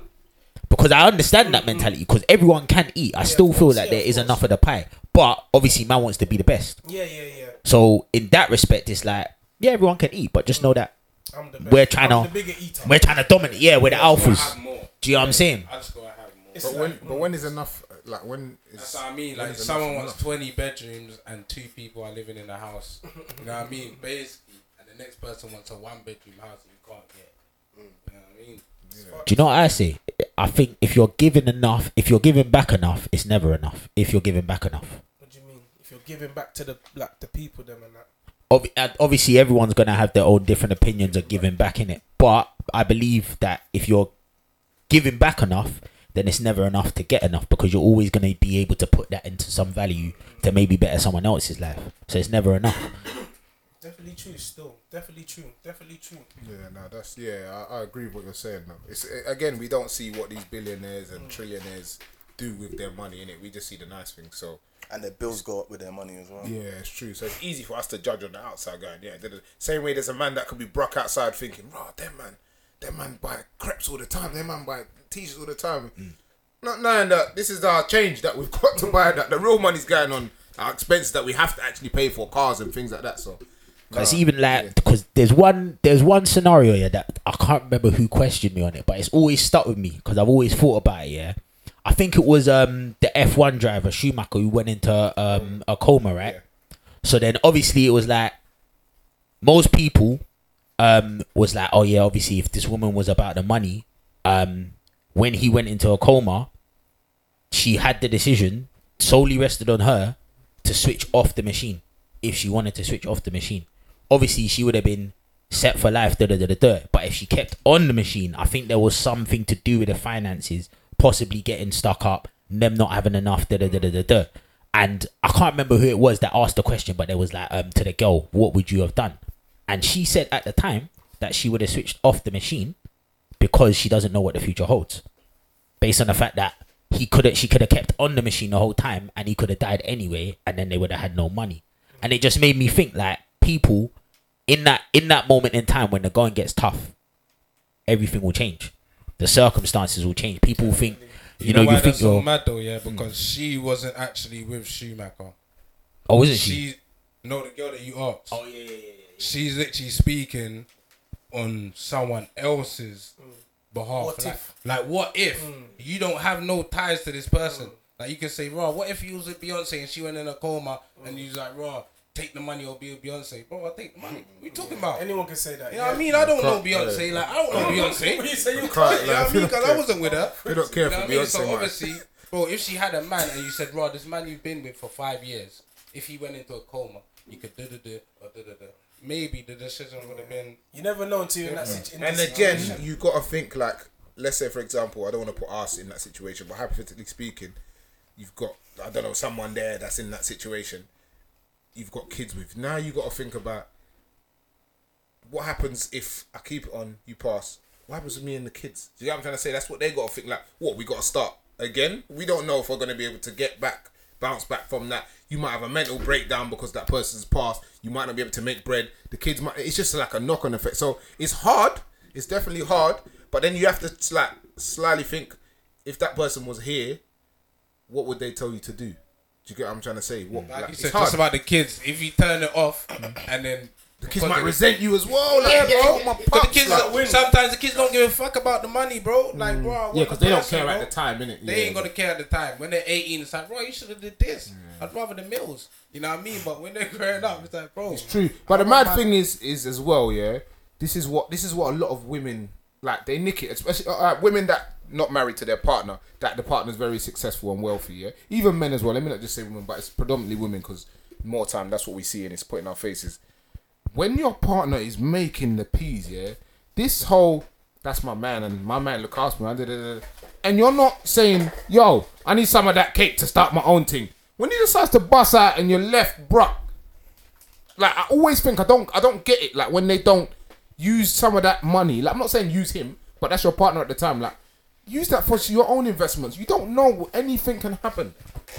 S3: Because I understand that mentality. Because everyone can eat. I still feel
S2: course,
S3: that
S2: yeah,
S3: there
S2: of
S3: is
S2: course.
S3: enough of the pie. But obviously, man wants to be the best.
S2: Yeah, yeah, yeah.
S3: So in that respect, it's like yeah, everyone can eat, but just know that
S2: I'm the best.
S3: We're trying
S2: I'm the
S3: to-
S2: bigger eater.
S3: we're trying to dominate. Yeah, we're the
S6: have
S3: alphas.
S6: more.
S3: Do you know what I'm saying?
S6: I just gotta have more.
S2: It's
S1: But when,
S2: like,
S1: but when is enough? Like when is
S6: That's what I mean.
S1: when
S6: Like, if
S1: is enough
S6: someone
S1: enough?
S6: wants 20 bedrooms and two people are living in a house, you know what I mean? Basically, and the next person wants a one bedroom house and you can't get. You know what I mean?
S3: Do you know what I say? I think if you're giving enough, if you're giving back enough, it's never enough. If you're giving back enough,
S2: what do you mean? If you're giving back to the like the people, them and that.
S3: Ob- and obviously everyone's gonna have their own different opinions of giving back in it. But I believe that if you're giving back enough, then it's never enough to get enough because you're always gonna be able to put that into some value to maybe better someone else's life. So it's never enough.
S2: Definitely true. Still, definitely true. Definitely true.
S1: Yeah, no, that's yeah. I, I agree with what you're saying. No, it's again we don't see what these billionaires and trillionaires do with their money in it. We just see the nice things. So
S4: And the bills go up with their money as well.
S1: yeah, it's true. So it's easy for us to judge on the outside going, yeah. they're the- Same way there's a man that could be broke outside thinking, rah, them man, them man buy crepes all the time. Them man buy t-shirts all the time. Not knowing that this is our change that we've got to buy. That the real money's going on our expenses that we have to actually pay for cars and things like that. So.
S3: It's
S1: nah.
S3: even like because there's one there's one scenario yeah that I can't remember who questioned me on it, but it's always stuck with me because I've always thought about it. Yeah, I think it was um the F1 driver Schumacher who went into um a coma, right? So then obviously it was like most people um was like, oh yeah, obviously if this woman was about the money, um when he went into a coma, she had the decision solely rested on her to switch off the machine if she wanted to switch off the machine. Obviously, she would have been set for life, da da da da da. But if she kept on the machine, I think there was something to do with the finances, possibly getting stuck up, them not having enough, da da da da da da. And I can't remember who it was that asked the question, but there was like um to the girl, what would you have done? And she said at the time that she would have switched off the machine because she doesn't know what the future holds based on the fact that he could have she could have kept on the machine the whole time and he could have died anyway and then they would have had no money and it just made me think like people in that in that moment in time when the going gets tough everything will change the circumstances will change people think you, know,
S6: why
S3: you think Hmm.
S6: that's so
S3: you're
S6: mad though, yeah? Because she wasn't actually with Schumacher.
S3: oh isn't she,
S6: She, no, the girl that you asked.
S3: oh yeah, yeah, yeah, yeah.
S6: she's literally speaking on someone else's behalf.
S2: What
S6: like,
S2: if? Mm.
S6: like, what if you don't have no ties to this person? Like, you can say, "Raw, what if you was with Beyonce and she went in a coma and
S2: Mm.
S6: you was like, raw, take the money or be with Beyonce, bro? I take the money. What you talking about? You
S2: Anyone can say that.
S6: know what I
S2: yeah.
S6: mean? I don't know
S1: Can't-
S6: Beyonce. Like, I don't know Beyonce.
S2: You say you
S1: Can't
S6: You know
S1: lie.
S6: what I mean? Because I wasn't with her.
S1: We don't care
S6: You know
S1: for
S6: what I mean?
S1: Beyonce,
S6: So
S1: man.
S6: obviously, bro, if she had a man and you said, "Bro, this man you've been with for five years, if he went into a coma, you could da da da or da da da." Maybe the decision would have been
S2: You never know until you're in that situation.
S1: And again, you got to think like, let's say for example, I don't want to put us in that situation, but hypothetically speaking, you've got I don't know someone there that's in that situation. You've got kids with now. You got to think about what happens if I keep it on, you pass. What happens with me and the kids? Do you know what I'm trying to say? That's what they got to think. Like, what we got to start again? We don't know if we're going to be able to get back, bounce back from that. You might have a mental breakdown because that person's passed. You might not be able to make bread. The kids might. It's just like a knock-on effect. So it's hard. It's definitely hard. But then you have to like slyly think: if that person was here, what would they tell you to do? Do you get what I'm trying to say? What like,
S6: Like you
S1: it's
S6: said,
S1: hard.
S6: just about the kids. If you turn it off and then the
S1: kids might resent you as well. Like,
S6: Yeah, yeah,
S1: bro,
S6: yeah.
S1: my
S6: But the
S1: pops,
S6: kids,
S1: like-
S6: sometimes the kids don't give a fuck about the money, bro. Like, bro, I
S1: Mm. yeah,
S6: want the
S1: because they don't
S6: person,
S1: care at
S6: bro.
S1: the time, innit?
S6: They ain't gonna care at the time. When they're 18, it's like, bro, you should have did this. I'd rather the meals. You know what I mean? But when they're growing up, it's like, bro,
S1: It's true. But the mad thing is, is as well, yeah. This is what this is what a lot of women like. They nick it, especially uh, uh, women that not married to their partner. That the partner's very successful and wealthy. Yeah, even men as well. Let me not just say women, but it's predominantly women because more time that's what we see and it's put in our faces. When your partner is making the peas, yeah, this whole that's my man and my man look after me, and da- da- da- da. and you're not saying, yo, I need some of that cake to start my own thing. When he decides to bust out and you're left bruck, like I always think I don't I don't get it like when they don't use some of that money like I'm not saying use him but that's your partner at the time like use that for your own investments you don't know anything can happen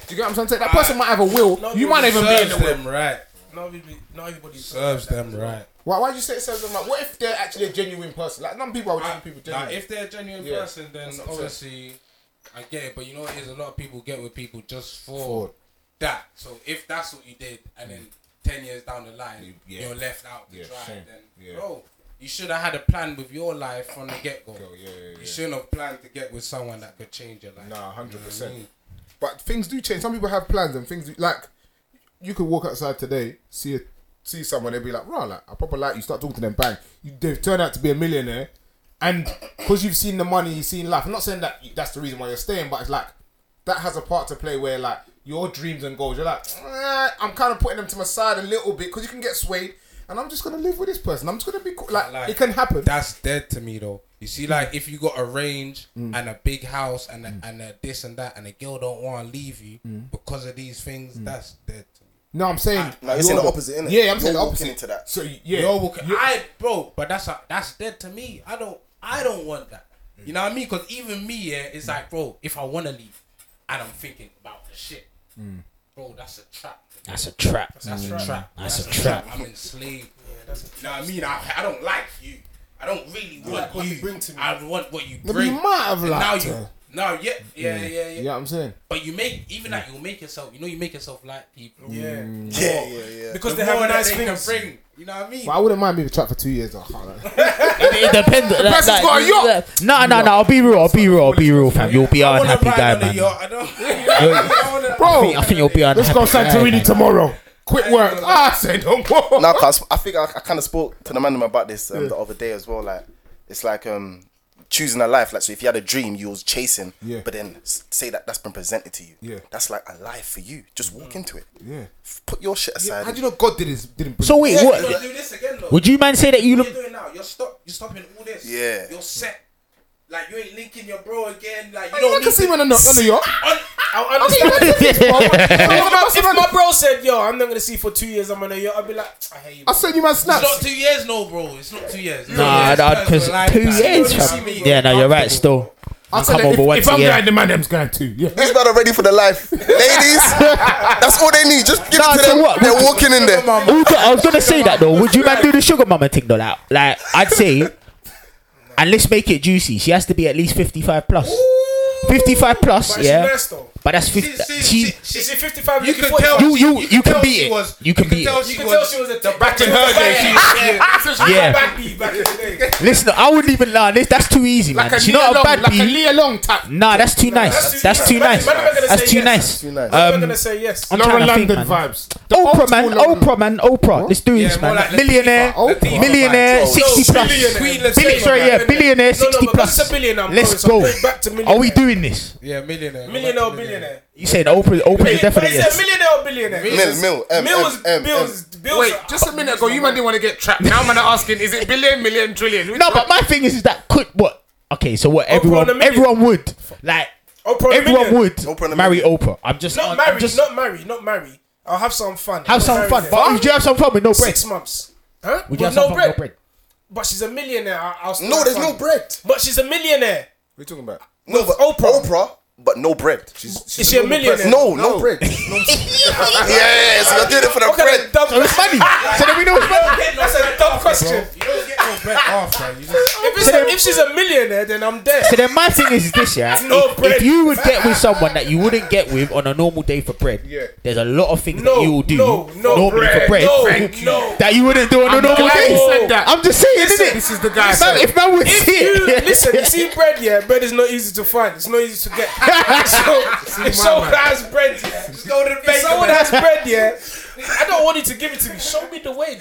S1: do you get what I'm saying that person might have a will you might not even be in
S6: serves
S1: the will
S6: them right.
S2: not everybody, not everybody
S6: Serves them right.
S1: Why? Why do you say it serves them right? What if they're actually a genuine person? Like some people are genuine people. Genuine.
S6: Nah, if they're a genuine
S1: Yeah.
S6: person, then
S1: That's what I'm
S6: obviously I get it. But you know what it is? A lot of people get with people just for
S1: For-
S6: that. So if that's what you did, and then ten years down the line, you,
S1: yeah.
S6: are left out to
S1: Yeah,
S6: try,
S1: same.
S6: then
S1: Yeah.
S6: bro, you should have had a plan with your life from the get go.
S1: Go, yeah, yeah, yeah.
S6: You shouldn't have planned to get with someone that could change your life.
S1: Nah, hundred
S6: You know
S1: percent. But things do change. Some people have plans and things do, like you could walk outside today, see a, see someone, they'll be like, "Right, like I proper like you." Start talking to them, bang, you, they've turned out to be a millionaire, and because you've seen the money, you've seen life. I'm not saying that you- that's the reason why you're staying, but it's like that has a part to play where like your dreams and goals, you're like, "Eh, I'm kind of putting them to my side a little bit because you can get swayed. And I'm just gonna live with this person. I'm just gonna be cool. like,
S6: Like,
S1: it can happen.
S6: That's dead to me though. You see, like if you got a range
S1: Mm.
S6: and a big house and a, and a this and that, and a girl don't want to leave you
S1: Mm.
S6: because of these things, that's dead. To me.
S1: no, I'm saying
S4: No, you're saying the
S1: the-
S4: opposite, innit?
S1: Yeah, I'm saying
S4: You're
S1: the
S4: walking
S1: opposite
S4: into that.
S1: So yeah,
S6: You're walking, I bro, but that's a, that's dead to me. I don't I don't want that. You know what I mean? Because even me, yeah, it's like, bro, if I want to leave, and I'm thinking about the shit, bro, that's a trap.
S3: That's a trap.
S6: That's a trap.
S3: That's a trap.
S6: I'm enslaved. you know what I mean? I, I don't like you. I don't really want
S2: like what
S6: you.
S2: you bring to me.
S6: I want what you
S1: But
S6: bring.
S1: you might have
S6: And
S1: liked
S6: now you.
S1: her.
S6: No, yeah, yeah, yeah, yeah.
S1: You know what I'm saying?
S6: But you make even that you make yourself. You know, you make yourself like people.
S2: Yeah.
S4: Yeah, yeah, yeah.
S2: Because
S6: Mm. The
S2: they have
S6: more that
S2: nice
S6: they can
S2: things.
S6: bring. You know what I mean?
S1: But I wouldn't mind being trapped for two years. though. Can't lie.
S3: It depends. Like,
S1: person's
S3: like,
S1: got a yacht.
S3: like- No, no, no. I'll be real. I'll be real. I'll be real, fam. You'll be an
S6: I wanna
S3: unhappy
S6: ride
S3: guy,
S6: on a
S3: man.
S6: yacht, I don't.
S3: I think- I think you'll be an
S1: Let's go
S3: unhappy guy.
S1: Santorini
S3: man.
S1: tomorrow. Quick work. Ah, I say no more.
S4: No, 'cause I think I, I kind of spoke to the man about this um, the other day as well. Like, it's like um, choosing a life. Like, so if you had a dream, you was chasing,
S1: Yeah.
S4: but then s- say that that's been presented to you.
S1: Yeah. Mm.
S4: That's like a life for you. Just walk into it.
S1: Yeah.
S4: F- Put your shit aside.
S1: How do you know God did this? Didn't bring
S3: So wait,
S6: You're
S3: what?
S6: gonna do this again, though.
S3: Would you man say that you
S6: What
S3: look?
S6: you're doing now? You're stop. You're stopping all this.
S4: Yeah.
S6: You're set. Like you ain't linking your bro again. Like you
S1: I
S6: don't
S1: can
S6: need.
S1: see
S6: To,
S1: him on a, on a yacht.
S6: on,
S2: I understand. if, my, if my bro said, "Yo, I'm not gonna see you for two years. I'm gonna," yo, I'd be like, "I hate you."
S1: I
S2: bro."
S1: send you my
S6: it's not
S1: snaps.
S6: two years, no, bro. It's not two years.
S3: Nah, because two years.
S6: You
S3: fam. Yeah, no, you're right. Still,
S1: I
S3: I'll
S1: said
S3: come
S1: that if,
S3: over once
S1: if I'm
S3: a
S1: going,
S3: year.
S1: the man them's going too. Yeah.
S4: These men are ready for the life, ladies. that's all they need. Just give
S3: Nah,
S4: it to
S3: so
S4: them.
S3: what?
S4: They're walking in there.
S3: Also, I was gonna say that though. Would you man do the sugar mama thing though? Like, like I'd say, and let's make it juicy. She has to be at least fifty-five plus. Fifty-five plus,
S2: But
S3: yeah.
S2: She nice though.
S3: But that's
S6: she-
S3: fifty.
S6: she-
S3: She,
S6: she-
S2: She's 55.
S6: You
S2: looking
S6: can
S2: 40.
S6: tell.
S3: you, you, you can
S6: tell
S3: beat
S6: she
S3: it.
S6: was-
S3: you can beat
S6: tell
S3: it.
S6: she
S2: You can
S6: was-
S2: tell she was a the
S1: Back in her day, she
S3: Yeah.
S2: back B back in the day.
S3: Listen, I wouldn't even lie. This that's too easy,
S1: like
S3: man.
S1: a
S3: She's
S1: Leah
S3: not a
S1: Long,
S3: bad
S1: like a
S3: bee.
S1: Leah Long type.
S3: Nah, that's too nice. That's too nice.
S2: Man, I'm gonna
S3: That's
S2: say
S3: too
S2: yes.
S3: nice.
S4: Too
S2: I'm
S4: nice.
S2: not
S3: Um,
S2: gonna say yes.
S3: I'm
S1: Lauren
S3: trying to think,
S1: London
S3: man.
S1: vibes. The old
S3: Oprah,
S1: school
S3: man.
S1: Lauren-
S3: Oprah, man. Oprah. Let's do this,
S6: more
S3: man.
S6: like
S3: millionaire,
S1: Latifah. Oprah.
S3: millionaire,
S4: Oprah.
S3: sixty
S2: No,
S3: plus.
S2: billionaire.
S6: Queen Latifah,
S3: Big, sorry,
S6: man.
S3: yeah,
S2: no,
S3: billionaire, sixty
S2: no,
S3: plus.
S2: That's a billionaire. I'm
S3: Let's
S2: sorry,
S3: go.
S2: so I'm back to millionaire.
S3: Are we doing this?
S6: Yeah, millionaire.
S2: millionaire or billionaire?
S3: You said Oprah? Oprah
S2: Billion-
S3: is definitely
S2: but is
S3: yes.
S2: it millionaire or billionaire?
S4: Mil, mil, M,
S2: Mills,
S4: M, M,
S2: bills, bills.
S1: Wait,
S2: are-
S1: just a minute ago, you man didn't want to get trapped. Now man are asking, is it billion, million, trillion?
S3: No, but my thing is, is that could what? Okay, so what?
S2: on a
S3: Everyone,
S2: million.
S3: everyone would like.
S2: Oprah on a
S3: Everyone
S2: Oh, million.
S3: would
S4: Oprah on a
S3: marry
S4: million.
S3: Oprah. I'm just
S2: Not
S3: I'm
S2: marry,
S3: Just
S2: not marry, not marry. I'll have some fun.
S3: have
S2: Not
S3: some
S2: marry
S3: fun.
S2: then.
S3: But would you have some fun with no bread?
S2: Six months. Huh?
S3: Would
S2: With
S3: you have
S2: no
S3: some fun
S2: bread.
S3: with no bread?
S2: But she's a millionaire. I- I'll still
S4: No,
S2: have
S4: there's
S2: fun.
S4: no bread.
S2: But she's a millionaire.
S1: We're talking about.
S4: No, but
S2: Oprah.
S4: Oprah. Oprah, but no bread.
S2: Is she a millionaire?
S4: No, no, bread. yeah, so you're doing it for the
S2: Okay,
S4: bread.
S2: dumb
S3: So it's money. so then we know it's money.
S2: That's a dumb question.
S6: don't get no bread off, man. You just
S2: If, it's a, if she's a millionaire, then I'm there.
S3: So then my thing is this, yeah.
S2: no
S3: if, if
S2: bread.
S3: you would get with someone that you wouldn't get with on a normal day for bread,
S1: Yeah.
S3: there's a lot of things
S2: No,
S3: that you will do
S2: no, no
S3: normally for
S2: bread.
S3: bread
S2: No, Thank you. no.
S3: that you wouldn't do on a
S1: I'm
S3: normal
S1: glad
S3: day.
S1: you said that.
S3: I'm just saying,
S2: Listen,
S3: isn't it?
S1: This is the guy.
S3: If man-
S1: so-
S3: if man would
S2: If
S3: see
S2: you
S3: it,
S2: listen, you see bread, yeah, bread is not easy to find. It's not easy to get. So if someone has bread, yeah, just go to the If someone has bread, yeah, I don't want you to give it to me. Show me the way.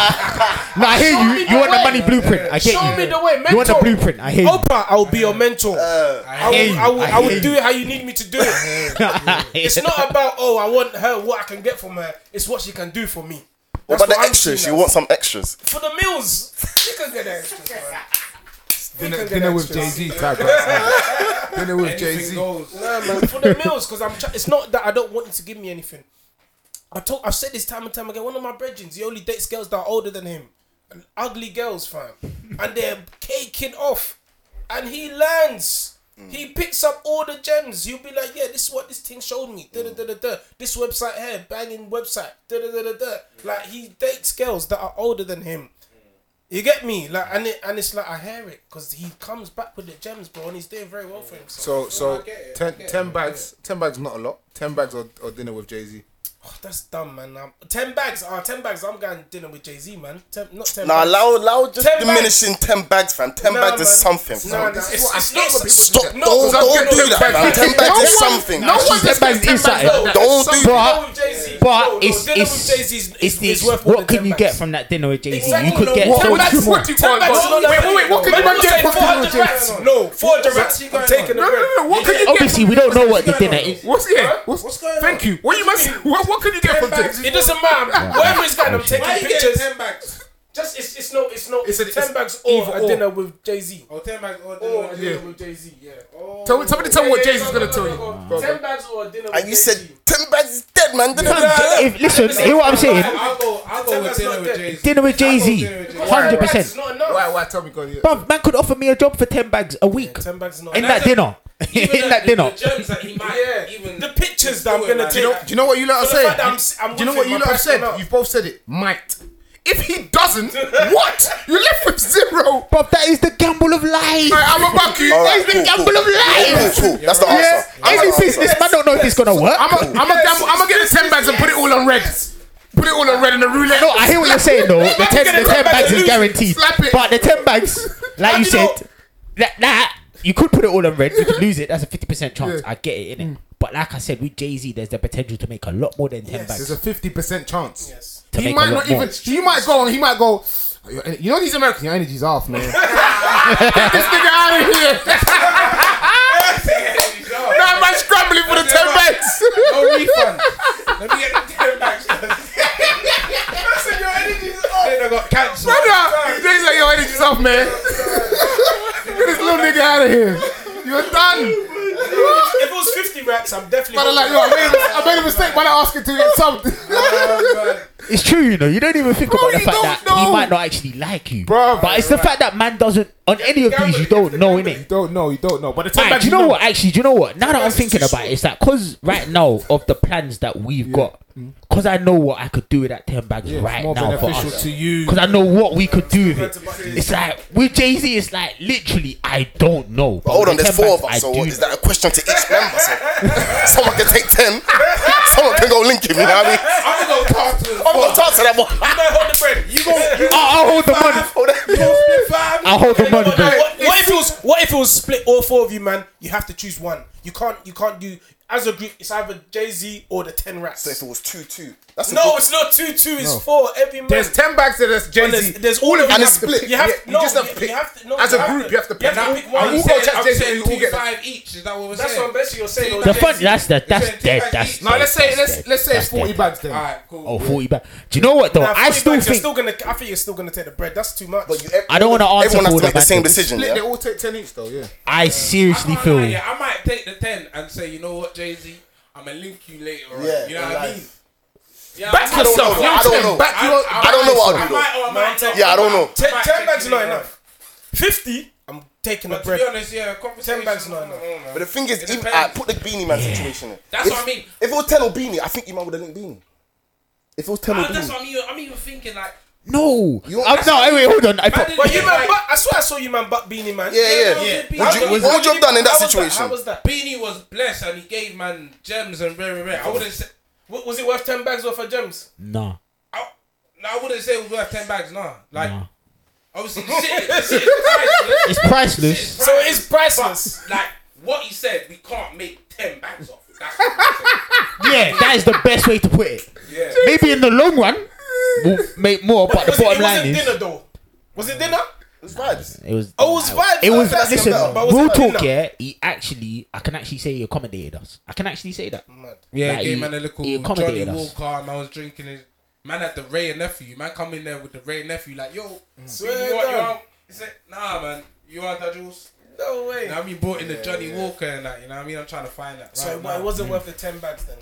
S3: nah, I hear
S2: Show me
S3: you.
S2: the
S3: You want the
S2: way.
S3: money blueprint? I get
S2: Show
S3: you.
S2: me the way. Mentor.
S3: You want the blueprint? I hear you.
S2: Oprah, I will be your mentor.
S4: Uh,
S2: I
S3: hear
S2: will,
S3: you.
S2: I will,
S3: I
S2: I will
S3: hear
S2: do
S3: you.
S2: it how you need me to do it. It's not about oh, I want her, what I can get from her. It's what she can do for me.
S4: What
S2: That's
S4: about the
S2: I'm
S4: extras?
S2: seeing
S4: You
S2: now.
S4: want some extras?
S2: for the meals? You can get the extras. man. You
S1: Dinner,
S2: can get
S1: dinner with
S2: extras.
S1: Jay Z type. guys. dinner with Jay
S6: anything
S1: Z.
S6: goes.
S2: Nah, man, for the meals, because I'm. Try- it's not that I don't want you to give me anything. I told, I've said this time and time again. One of my brethren, he only dates girls that are older than him, and ugly girls, fam, and they're caking off, and he learns. He picks up all the gems. He'll be like, yeah, this is what this thing showed me. Da, da, da, da, da. This website here, banging website. Da, da, da, da, da. Like he dates girls that are older than him. You get me? Like and it, and it's like I hear it because he comes back with the gems, bro, and he's doing very well for
S1: So
S2: himself.
S1: so
S6: get it, I
S1: ten,
S6: get it,
S1: ten
S6: I
S1: bags, ten bags not a lot. Ten bags or, or dinner with Jay Z.
S2: Oh, that's dumb, man. Um, ten bags. Ah, ten bags. I'm going dinner with Jay Z, man. Ten, not ten.
S4: Nah,
S2: bags.
S4: Lau, Lau just
S2: Ten
S4: diminishing 10 bags, fam. 10
S2: Nah,
S4: bags is
S2: man.
S4: something, fam.
S2: Nah, nah.
S1: This is
S2: It's,
S1: what-
S2: it's,
S1: I
S2: not
S1: know
S2: what
S1: what
S2: people
S1: people
S2: do.
S1: do
S4: Stop.
S1: that. I'm
S4: don't don't
S1: getting ten bags.
S4: do that, fam. 10 bags is
S3: No one-
S4: something.
S3: no one
S1: Ten
S3: does
S1: bags,
S3: that
S1: ten
S3: inside.
S1: bags,
S3: No,
S1: that
S4: don't
S1: is
S4: do
S1: something.
S4: that.
S3: But,
S2: Jay-Z.
S3: but
S2: No, no,
S3: it's,
S2: dinner
S3: it's,
S2: with Jay-Z is-
S3: it's the
S2: is worth more than
S3: what can
S2: 10
S3: you
S2: bags.
S3: get from that dinner with Jay Z?
S2: Exactly.
S3: You could
S2: No,
S3: get
S2: what
S1: Ten
S3: so
S2: would I
S3: much
S1: bags,
S3: more.
S1: what do you
S2: Ten
S1: want?
S2: bags is not
S1: Wait,
S2: that
S1: wait, wait.
S2: bad.
S1: What can
S2: Man,
S1: you man
S2: I'm
S1: get
S2: saying
S1: for
S2: 400
S1: dinner?
S2: rats. No, 400 rats.
S6: What's
S2: I'm
S6: going
S2: taking the
S6: on?
S1: No, no,
S2: bread.
S1: no, no. What can you get?
S3: Obviously, we don't know what the dinner is.
S1: What's yeah? What's,
S6: What's going
S1: Thank
S6: on?
S1: you. What you must? What, what can you get for dinner?
S2: It doesn't matter. Wherever he's going, I'm taking
S6: Why are you getting
S2: pictures.
S6: ten bags?
S2: Just it's it's no it's no
S1: It's
S2: it's
S1: a- it's
S2: ten bags or
S1: either
S2: a
S1: or.
S2: dinner with Jay Z.
S6: Oh, ten bags. Oh,
S2: Or
S6: oh
S2: a
S1: yeah.
S2: dinner with Jay Z. Yeah. Oh.
S1: Tell me, somebody tell me what Jay Z's gonna tell you. Go on,
S2: Ten
S1: go
S2: bags or a dinner.
S4: And
S2: with
S4: you
S2: Jay-Z.
S4: said 10 bags is dead, man. Dinner
S2: Nah,
S4: is dead.
S3: If, listen, hear what I'm saying?
S6: I'll go. I'll go with
S2: That's
S6: dinner
S2: not
S6: with
S2: dead.
S6: Jay Z.
S3: Dinner with Jay Z, hundred
S2: Ten bags is
S3: percent.
S2: not
S1: on.
S2: enough.
S1: Why? Why? Tell me, go on. yeah.
S3: Bruv, man could offer me a job for ten bags a week
S2: Ten bags is not
S3: in
S2: enough.
S3: that dinner.
S6: Even
S3: In
S6: the-
S3: that
S6: the-
S3: dinner.
S6: The gems that he might
S2: Yeah.
S6: even
S2: The pictures that I'm
S6: Do it,
S2: gonna
S6: man.
S1: Do you know? Do you know what you lot are
S2: For the fact that
S1: saying?
S2: I'm s- I'm
S1: do you know
S2: with
S1: what
S2: him,
S1: you
S2: I'm
S1: lot have
S2: backing
S1: said?
S2: up.
S1: You've both said it. Might. If he doesn't, what? You left with zero.
S3: Bruv, that is the gamble of life.
S1: Like, I'm a bucky.
S4: All right,
S3: That is
S4: cool,
S3: the gamble
S4: cool.
S3: of life.
S4: Cool, cool. That's the
S1: Yeah.
S4: answer. That's
S3: Every
S4: the answer.
S3: business man don't know if it's gonna work.
S1: I'm a, I'm a gamble. I'm gonna get the ten bags and put it all on red. Put it all on red in the roulette.
S3: No, I hear what you're saying though. The ten, the ten bags is guaranteed.
S1: Slap it.
S3: But the ten bags, like you
S2: you know-
S3: said, that that you could put it all on red. You could lose it. That's a fifty percent chance.
S1: Yeah.
S3: I get it, innit? But like I said, with Jay Z, there's the potential to make a lot more than ten
S2: Yes.
S1: There's
S3: bags.
S1: a fifty percent chance.
S2: Yes.
S3: To
S1: He
S3: make
S1: might
S3: a lot
S1: not
S3: more.
S1: even. He might go. He might go. You know these Americans. Your energy's off, man. Get this nigga out of here.
S6: No,
S1: Now man scrambling for the ten bags.
S6: no refund. Let me get the ten bags. Listen, your energy's off. Then I got cancelled.
S1: Brother, Jay's like your energy's off, man. Get this little nigga out of here. You're done.
S2: If it was fifty racks, I'm definitely.
S1: Brother, like yo, I made, a- I made a mistake when I asked him to get something.
S3: It's true, you know. You don't even think about
S1: you
S3: the fact
S1: don't
S3: that
S1: know.
S3: he might not actually like you.
S1: Bruv.
S3: but it's the fact that man doesn't on any of these. You don't know, innit?
S1: don't know. You don't know. But the ten
S3: Alright,
S1: bags.
S3: do you know what? Actually, do you know what? Now that I'm thinking about it, it's that because right now of the plans that we've got, because I know what I could do with that ten bags
S1: Mm. it's
S3: right
S1: more
S3: now for
S1: beneficial
S3: us.
S1: to you.
S3: Because I know what we could do with it. It's like with Jay Z, it's like literally I don't know. But
S4: Hold
S3: with
S4: on,
S3: the
S4: there's
S3: 10
S4: four of
S3: bags,
S4: us, so
S3: I
S4: what,
S3: do
S4: is that a question to each member? So someone can take 10, someone can go link him, you know what I mean?
S6: I'm gonna go talk to him.
S4: I'm going to talk to that one.
S2: I hold the bread. You go.
S3: know. I'll, I'll Oh, hold the money. I'll hold the money.
S2: But
S3: bro.
S2: like, what, what if it was what if it was split all four of you man you have to choose one you can't you can't do as a group it's either jay-z or the 10 rats
S4: So if it was 2 2, that's a
S2: no
S4: good-
S2: it's not 2-2 it's 4 every man
S1: There's ten bags that there's Jay
S2: there's,
S1: Z.
S2: there's all of you
S4: And it's
S2: have to
S4: split.
S2: pick. you have
S1: Yeah,
S2: to
S1: you
S2: no,
S1: just have to pick.
S2: you have to, no,
S1: As a group, you have to pick.
S2: you have to pick one
S1: And we'll
S2: You
S1: go
S2: said-
S1: check Jay Z and we'll
S6: Two
S1: get.
S6: five each. Is that what we're
S2: that's
S6: saying?
S2: what basically you're saying
S3: The
S2: Jay-Z.
S3: fun that's that
S6: You're
S3: that's
S6: saying
S3: dead.
S6: 10 bags
S3: That's
S6: each?
S1: No, let's say
S3: dead, that's
S1: let's let's say it's
S3: dead,
S1: forty
S3: that's
S1: bags then.
S6: All right, cool.
S3: Oh, 40 bags. Do you know what though?
S2: Nah,
S3: I
S2: 40
S3: still
S2: bags, you're
S3: think
S2: still gonna I think you're still gonna take the bread that's too much
S4: But you,
S3: I don't wanna answer
S4: Everyone
S3: for
S4: has
S3: all
S4: to make
S3: the
S4: the same
S3: bags.
S4: decision,
S1: Split, They
S4: yeah?
S1: all take ten each though. Yeah.
S3: I
S6: I
S3: seriously
S6: can't
S3: feel
S6: lie, yeah, I might take the ten and say, you know what, Jay Z, I'ma link you later. on.
S4: Yeah,
S6: you know what I mean. Yeah,
S1: Back
S6: I might-
S1: yourself.
S4: know,
S1: you
S4: I don't know.
S1: Back your.
S4: I don't know what I'll
S6: I
S4: do,
S6: might or I might not.
S4: Yeah, I don't know.
S2: Ten
S6: I might
S2: 10
S6: take
S2: bags is
S6: the
S2: not
S6: bread.
S2: enough 50 I'm taking the
S6: But to be
S2: bread
S6: honest, yeah, conversation.
S2: Ten bags not enough.
S4: But the thing is,
S6: It
S4: even,
S6: depends.
S4: I put the beanie man situation in.
S6: That's
S4: if,
S6: what I mean.
S4: If it was 10 or beanie, I think you might would have linked beanie. If it was 10 or
S6: Ah, That's
S4: beanie.
S6: what I'm even, I'm even thinking like.
S3: no.
S4: You-
S3: I'm no. Anyway, hold on. I thought,
S6: didn't
S2: but you
S6: get,
S2: man
S6: like-
S2: but, I swear I saw you man butt beanie man
S4: Yeah, yeah.
S6: Yeah.
S4: Would you-
S6: How
S4: What
S6: did-
S4: would
S6: how
S4: you have done in that
S2: How was How
S4: situation?
S2: was that?
S6: Beanie was blessed and he gave man gems and rare, rare. I wouldn't say,
S2: W- Was it worth 10 bags worth of gems?
S3: nah.
S6: I, no, I wouldn't say it was worth ten bags. Nah, like
S3: Nah.
S6: obviously, the shit, the shit
S3: It's
S6: is priceless.
S3: priceless.
S2: So it is priceless.
S6: Like what he said, we can't make ten bags off. That's what I'm saying.
S3: Yeah, that is the best way to put it.
S6: Yeah.
S3: Maybe in the long run, we'll make more. But,
S2: Was
S3: the
S2: it-
S3: bottom line
S2: it
S3: is,
S2: wasn't dinner though. Was it dinner?
S4: It's vibes.
S3: it was.
S2: Oh, it was vibes.
S3: It was.
S2: That's
S3: Listen,
S2: better, but was
S3: we'll
S2: it dinner?
S3: talk. Yeah, he actually, I can actually say he accommodated us. I can actually say that.
S6: Yeah,
S3: Like,
S6: gave
S3: he-
S6: man a little
S3: he
S6: Johnny
S3: accommodated us.
S6: Walker, and I was drinking his man had the Ray and nephew. Man come in there with the Ray and nephew, like yo,
S3: Mm.
S2: Swear
S6: you want, you
S2: down.
S6: want? He said, nah, man, you want that juice?
S2: No way.
S6: You know what I mean, brought in the Johnny Walker and that. You know what I mean? I'm trying to find that. Right
S2: so
S6: now.
S2: it wasn't worth the 10 bags then.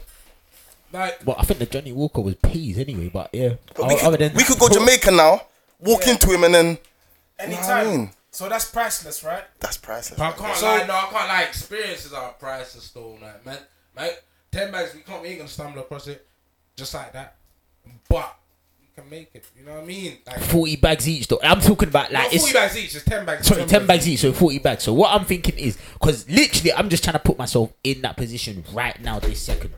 S6: like
S3: Well, I think the Johnny Walker was peas anyway. But yeah,
S4: But we,
S3: Oh, other than
S4: could, we could go Jamaica now, walk into him and then.
S2: Anytime.
S4: I mean?
S2: So that's priceless, right?
S4: That's priceless.
S6: But I
S4: man.
S6: can't
S2: So-
S6: lie, no, I can't lie. Experiences are priceless, though, like man, man. Ten bags, we can't, we ain't gonna stumble across it just like that. But you can make it. You know what I mean? Like,
S3: Forty bags each though. I'm talking about like
S6: not
S3: it's
S6: forty bags each. It's ten bags.
S3: Sorry, 10 bags each, so 40 bags. So what I'm thinking is, because literally I'm just trying to put myself in that position right now, this second.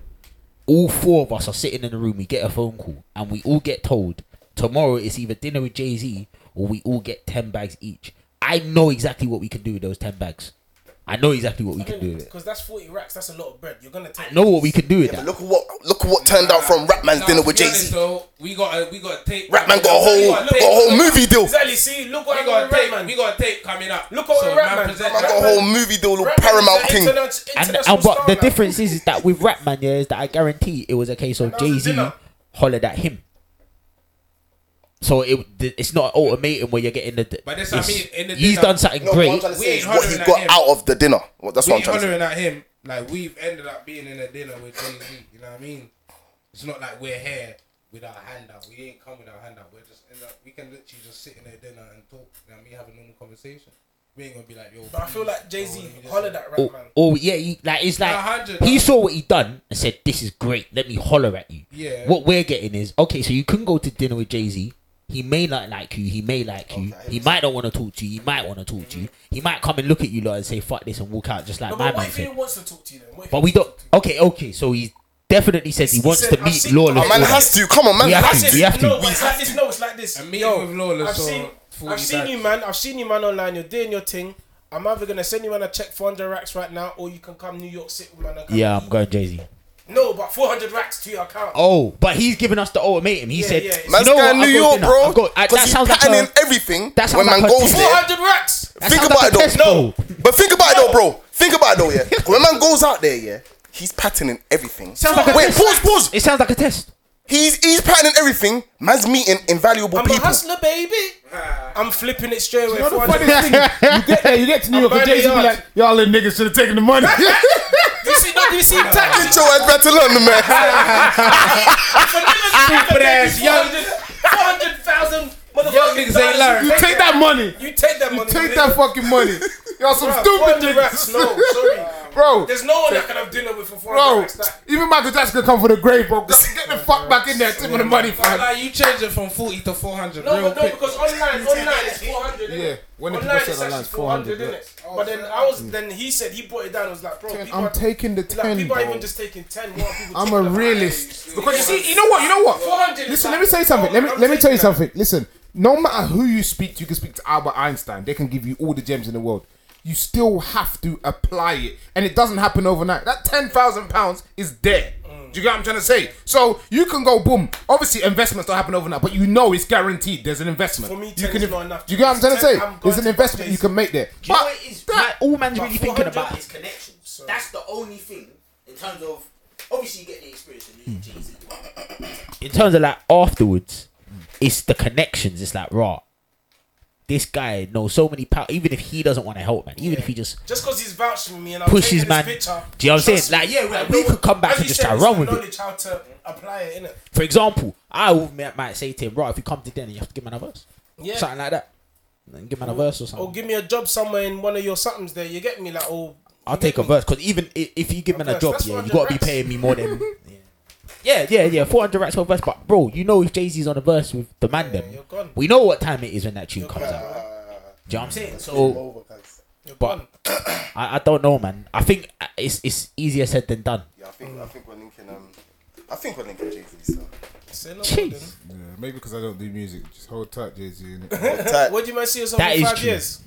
S3: All four of us are sitting in a room, we get a phone call, and we all get told tomorrow it's either dinner with Jay Z or we all get 10 bags each. I know exactly what we can do with those 10 bags. I know exactly what we can do with it.
S2: Because that's 40 racks, that's a lot of bread. You're going to take
S3: I know what we can do with
S4: But
S3: that.
S4: look at what look at what turned out from Ratman's dinner with Jay Z.
S6: So we got a, we got a tape.
S4: Ratman got a whole
S6: We
S4: got
S6: tape-
S4: a whole movie deal. Ratman
S2: Exactly, see, look what
S6: We
S2: I got
S6: got a
S2: right,
S6: tape.
S2: man.
S6: We got a tape coming up.
S2: Look what
S6: So
S2: Ratman-
S6: present-
S2: Ratman
S4: got a whole movie deal, little Paramount thing.
S3: And, and but the difference is, is that with Rapman, yeah, is that I guarantee it was a case of
S2: that was
S3: Jay
S2: a
S3: Z
S2: dinner.
S3: hollered at him. So it th- it's not automating where you're getting the.
S6: But this I
S3: it's-
S6: mean, in the
S3: he's
S6: dinner-
S3: done something
S4: No, what I'm
S3: great.
S4: trying to
S6: We
S4: say
S6: ain't
S4: is what he
S6: hollering at
S4: got
S6: him.
S4: out of the dinner. Well, that's
S6: we
S4: what I'm
S6: ain't
S4: trying to say.
S6: hollering at him. Like we've ended up being in a dinner with Jay Z. You know what I mean? It's not like we're here with our hand out. We ain't come with our hand out. We're just end up. We can literally just sit in a dinner and talk. You know what I mean? Have a normal conversation. We ain't gonna be like yo.
S2: But I feel like Jay Z
S3: Oh,
S2: hollered at
S3: Or,
S2: Ratman.
S3: or yeah, he, like it's like
S6: A hundred.
S3: he saw what he done and said, "This is great. Let me holler at you."
S6: Yeah.
S3: What we're getting is okay. So you can go to dinner with Jay Z. He may not like you. He may like you. He might not want to talk to you. He might want to talk to you. He might come and look at you lot and say, "Fuck this," and walk out just like
S2: No,
S3: my
S2: but what
S3: man
S2: if he
S3: said.
S2: wants to talk to you then? What if
S3: But
S2: he
S3: we don't.
S2: wants to talk
S3: Okay, okay. So he definitely says he wants
S2: said,
S3: to
S2: "I've
S3: meet
S2: seen-
S3: lawless.
S2: Oh,
S4: A man
S3: Order."
S4: has to come on, man
S3: We have
S4: has
S3: to.
S4: to.
S3: We have
S2: No,
S3: to.
S2: but it's like this. No, it's like this.
S6: A meeting
S2: Yo,
S6: with Lawless
S2: I've
S6: or
S2: seen,
S6: 40
S2: I've seen
S6: bags.
S2: you, man. I've seen you, man, online. You're doing your thing. I'm either gonna send you man a check 400 racks right now, or you can come New York City, man. and come
S3: Yeah,
S2: eat.
S3: I'm going Jay Z.
S2: No, but 400 racks to your account.
S3: Oh, but he's giving us the ultimatum. He
S2: Yeah,
S3: said,
S2: yeah, it's-
S3: "You
S4: Man's
S3: know what?
S4: going
S3: I'll
S4: New
S3: go
S4: York,
S3: dinner.
S4: bro.
S3: I'll go- I-
S4: Because
S3: that
S4: he's
S3: sounds like
S4: patterning
S3: a,
S4: everything
S3: that sounds
S4: when man
S3: like a
S4: goes
S3: test.
S4: there.
S2: 400 racks.
S3: that
S4: Think
S3: sounds
S4: about
S3: like
S4: it
S3: a
S4: though.
S3: test, bro.
S4: But think about it though, bro. Think about it though, yeah. 'Cause when man goes out there, yeah, he's patterning everything.
S3: Sounds like a
S4: Wait,
S3: test.
S4: pause, pause.
S3: It sounds like a test.
S4: He's he's patterning everything. Man's meeting invaluable
S2: I'm a
S4: people.
S2: hustler, baby. I'm flipping it straight away.
S7: Ah. You know the
S2: 400
S7: funniest thing? You get there, you get to New York, and
S2: burning
S7: Jay Z be
S2: yards.
S7: like, y'all little niggas should have taken the money.
S2: Do you see? No, do you see? Tax
S4: Get your ass back to London, man.
S7: Ah,
S2: stupid
S6: ass young-
S2: 400,000 motherfucking
S6: Young niggas ain't learned.
S7: you take that money.
S2: You take that
S7: You
S2: money.
S7: take
S2: nigga.
S7: that fucking money. Y'all some
S2: Bruh,
S7: stupid
S2: 400 racks,
S7: niggas.
S2: No, sorry.
S7: Bro,
S2: There's no one that can have dinner with for 400
S7: bro.
S2: racks. That,
S7: Even Michael Jackson could come for the grave, bro. Get get the fuck back in there. Tip me the money,
S6: Like,
S7: fam.
S6: you changed it from forty to four hundred.
S2: no,
S6: real
S2: but no,
S6: quick.
S2: because online, online is 400. innit?
S7: Yeah, when the people
S2: online
S7: said
S2: it's
S7: online
S2: actually
S7: is 400,
S2: 400, innit? but then I was, then he said he brought it down. I was like, bro, people
S7: I'm
S2: are-
S7: taking the
S2: Like,
S7: 10,
S2: people are
S7: bro.
S2: even just taking 10. What are people
S7: I'm
S2: taking
S7: a
S2: about?
S7: realist.
S2: Yeah,
S7: Because you
S2: yeah.
S7: see, you know what, you know what?
S2: 400 is
S7: Listen,
S2: like-
S7: let me say something. Let me
S2: I'm
S7: let me tell you
S2: taking that.
S7: something. Listen, no matter who you speak to, you can speak to Albert Einstein. They can give you all the gems in the world. You still have to apply it, and it doesn't happen overnight. That ten thousand pounds is there. Do you get what I'm trying to say? So you can go boom. Obviously, investments don't happen overnight, but you know it's guaranteed. There's an investment.
S2: For me,
S7: you
S2: 10
S7: can.
S2: is not enough.
S7: Do you get what I'm trying to say?
S2: Ten- I'm going
S7: There's an
S2: to
S7: investment you
S2: place.
S7: can make there.
S3: Do you know
S7: But
S3: what it is? Like, all man's really thinking about is connections.
S2: So-
S5: That's the only thing in terms of obviously you get the experience of meeting Jay Z.
S3: Hmm. In terms of like afterwards, it's the connections. It's like raw. This guy knows so many power. Even if he doesn't want to help, man. Even if he just
S2: Just because he's vouching for me and I'm
S3: Push
S2: taking
S3: his
S2: this
S3: man.
S2: picture.
S3: Do you know what I'm
S2: trust
S3: saying?
S2: me,
S3: Like, yeah, we-
S2: I
S3: we
S2: know-
S3: could come back
S2: as
S3: and
S2: you
S3: just
S2: said,
S3: try
S2: it's
S3: run
S2: the
S3: with it.
S2: knowledge how to apply it, innit?
S3: For example, I would- might might say to him, right, if you come to dinner, you have to give man a verse.
S2: Yeah.
S3: Something like that. Then Give man a verse or something.
S2: Or give me a job somewhere in one of your somethings there. You get me? Like, oh.
S3: I'll take a verse because even i- if you give man a
S2: verse,
S3: job,
S2: that's
S3: yeah, you
S2: 400
S3: gotta be
S2: racks.
S3: paying me more than. Yeah, yeah, yeah. Four hundred racks per verse, but bro, you know if Jay Z's on a verse with the man,
S2: Yeah,
S3: them,
S2: you're gone.
S3: we know what time it is when that tune comes
S2: gone.
S3: out. Do you know what I'm saying? So
S2: You're
S3: But-
S2: gone.
S3: I, I don't know, man. I think uh, it's it's easier said than done.
S4: Yeah, I think I think we're linking um I think we're linking Jay Z. So
S2: Say no more then.
S3: Jeez,
S1: Yeah, maybe because I don't do music. Just hold tight, Jay Z.
S4: tight.
S2: What do you man see yourself
S3: That
S2: in
S3: is
S2: five
S3: true.
S2: years?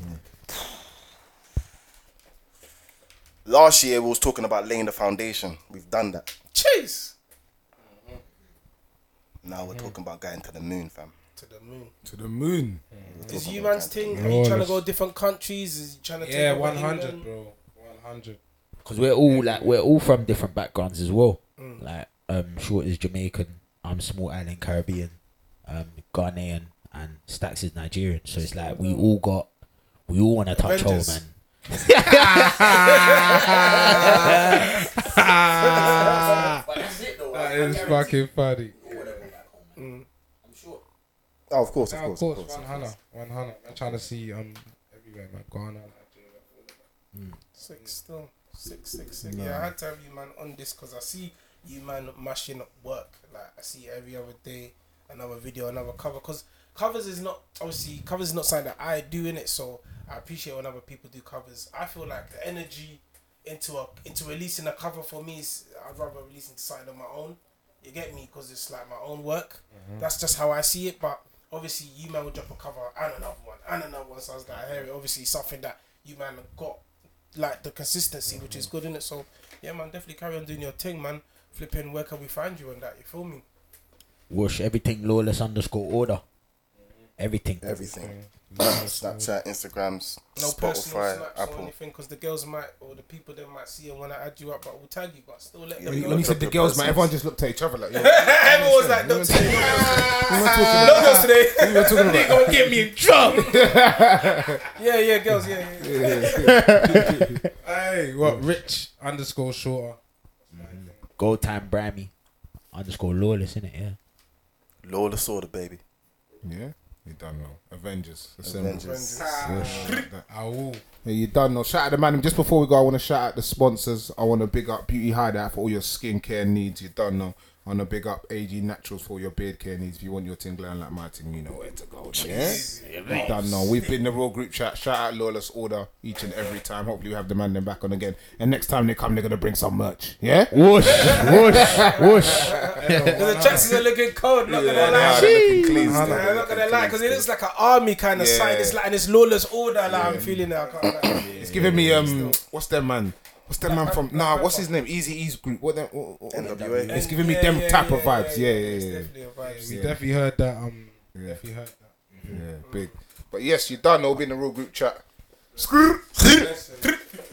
S4: Last year we was talking about laying the foundation. We've done that.
S2: Jeez.
S4: Now we're talking about going to the moon, fam.
S2: To the moon.
S1: to the moon.
S2: Is you man's thing? Are you trying to go different countries? Is you trying to
S6: yeah,
S2: take over
S6: one hundred,
S2: England?
S6: bro. One hundred.
S3: because we're all like we're all from different backgrounds as well.
S2: Mm.
S3: Like um, short is Jamaican, I'm small island Caribbean, um, Ghanaian, and Stax is Nigerian. So it's like
S2: Mm.
S3: we all got we all want to touch home,
S2: Avengers.
S3: man.
S5: But that's it though.
S6: That
S5: I
S6: is
S5: guarantee
S6: fucking funny.
S5: you would have gone back home, man. I'm sure.
S4: Oh, of course, of
S6: Yeah, of
S4: course,
S6: course, one hundred, one hundred. I'm trying to see um every everywhere, man. Ghana, Nigeria, all of that.
S2: Six still. Six, six, six. Yeah, I had to have you, man, on this because I see you, man, mashing up work. Like, I see every other day another video, another cover. Because covers is not, obviously, covers is not something that I do in it. So I appreciate when other people do covers. I feel like the energy into a into releasing a cover for me is, I'd rather release into something on my own. You get me? Because it's like my own work. That's just how I see it. But obviously, you, man, will drop a cover and another one and another one. So I was like, I hear it. Obviously, something that you, man, got like the consistency, which is good in it. So yeah, man, definitely carry on doing your thing, man. Flipping, where can we find you on that? You feel me?
S3: Wash everything lawless underscore order. Everything.
S4: Everything. Snapchat, Instagrams,
S2: No personal
S4: Spotify,
S2: snaps or
S4: Apple.
S2: anything, because the girls might or the people they might see and want to add you up, but we'll tag you. But still, let
S4: Yeah,
S2: them
S4: you-
S2: know.
S1: When you said the girls, man, everyone just looked at each other like, yo,
S2: Everyone's like, don't take me.
S1: no
S2: girls today.
S1: We were talking about.
S3: Don't get me in trouble.
S2: Yeah, yeah, girls, yeah, yeah. yeah.
S6: Hey, what? Rich underscore shorter.
S3: Go time Brammy. Underscore lawless, innit? Yeah.
S4: Lawless Order, baby.
S1: Yeah, you done know. Avengers. Assemble.
S4: Avengers.
S1: Yeah, shit like that.
S6: I will.
S1: Yeah, you done know. Shout out to man. Just before we go, I want to shout out the sponsors. I want to big up Beauty Hideout for all your skincare needs. You done know. I want to big up AG Naturals for all your beard care needs. If you want your ting glowing like my ting, you know where to go. Yeah, you done know. We've been the real group chat. Shout out Lawless Order each and every time. Hopefully, we have the man them back on again. And next time they come, they're gonna bring some merch. Yeah.
S3: Whoosh, whoosh, whoosh.
S2: Because the chances are looking cold. Not gonna lie.
S4: Nah, looking clean still,
S2: I'm not gonna
S4: looking
S2: lie,
S4: clean
S2: because it
S4: still.
S2: looks like an army kind of
S4: Yeah.
S2: side. It's like and it's lawless order. Like I'm feeling it. I can't lie.
S1: It's giving me um, what's that man? What's that man from? Nah, what's his name? Easy Ease Group. What them? What, what,
S4: NWA.
S1: It's giving me
S2: Yeah,
S1: them
S2: yeah,
S1: type of
S2: yeah, yeah,
S1: vibes. Yeah,
S2: It's
S1: yeah, yeah.
S2: definitely a vibe.
S6: We
S1: Yeah.
S6: definitely heard that. Um,
S1: Yeah.
S6: definitely heard that.
S1: Yeah, big. But yes, you done. It'll be in the real group chat. Screw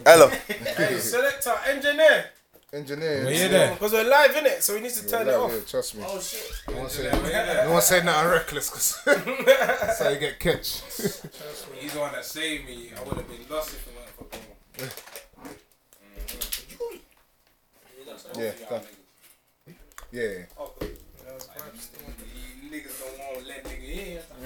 S4: Hello.
S2: Hey, selector, engineer.
S1: engineer.
S6: We're here
S1: yeah,
S6: there.
S2: Because we're live in it, so we need to turn it
S1: yeah,
S2: off.
S1: trust me.
S2: Oh shit!
S1: No one say, no one say nothing reckless, cause that's how you get catch.
S6: He's the one that saved me. I would have been lost if it weren't for Bomo.
S1: Yeah, done. yeah.
S6: Niggas don't want to let nigga in.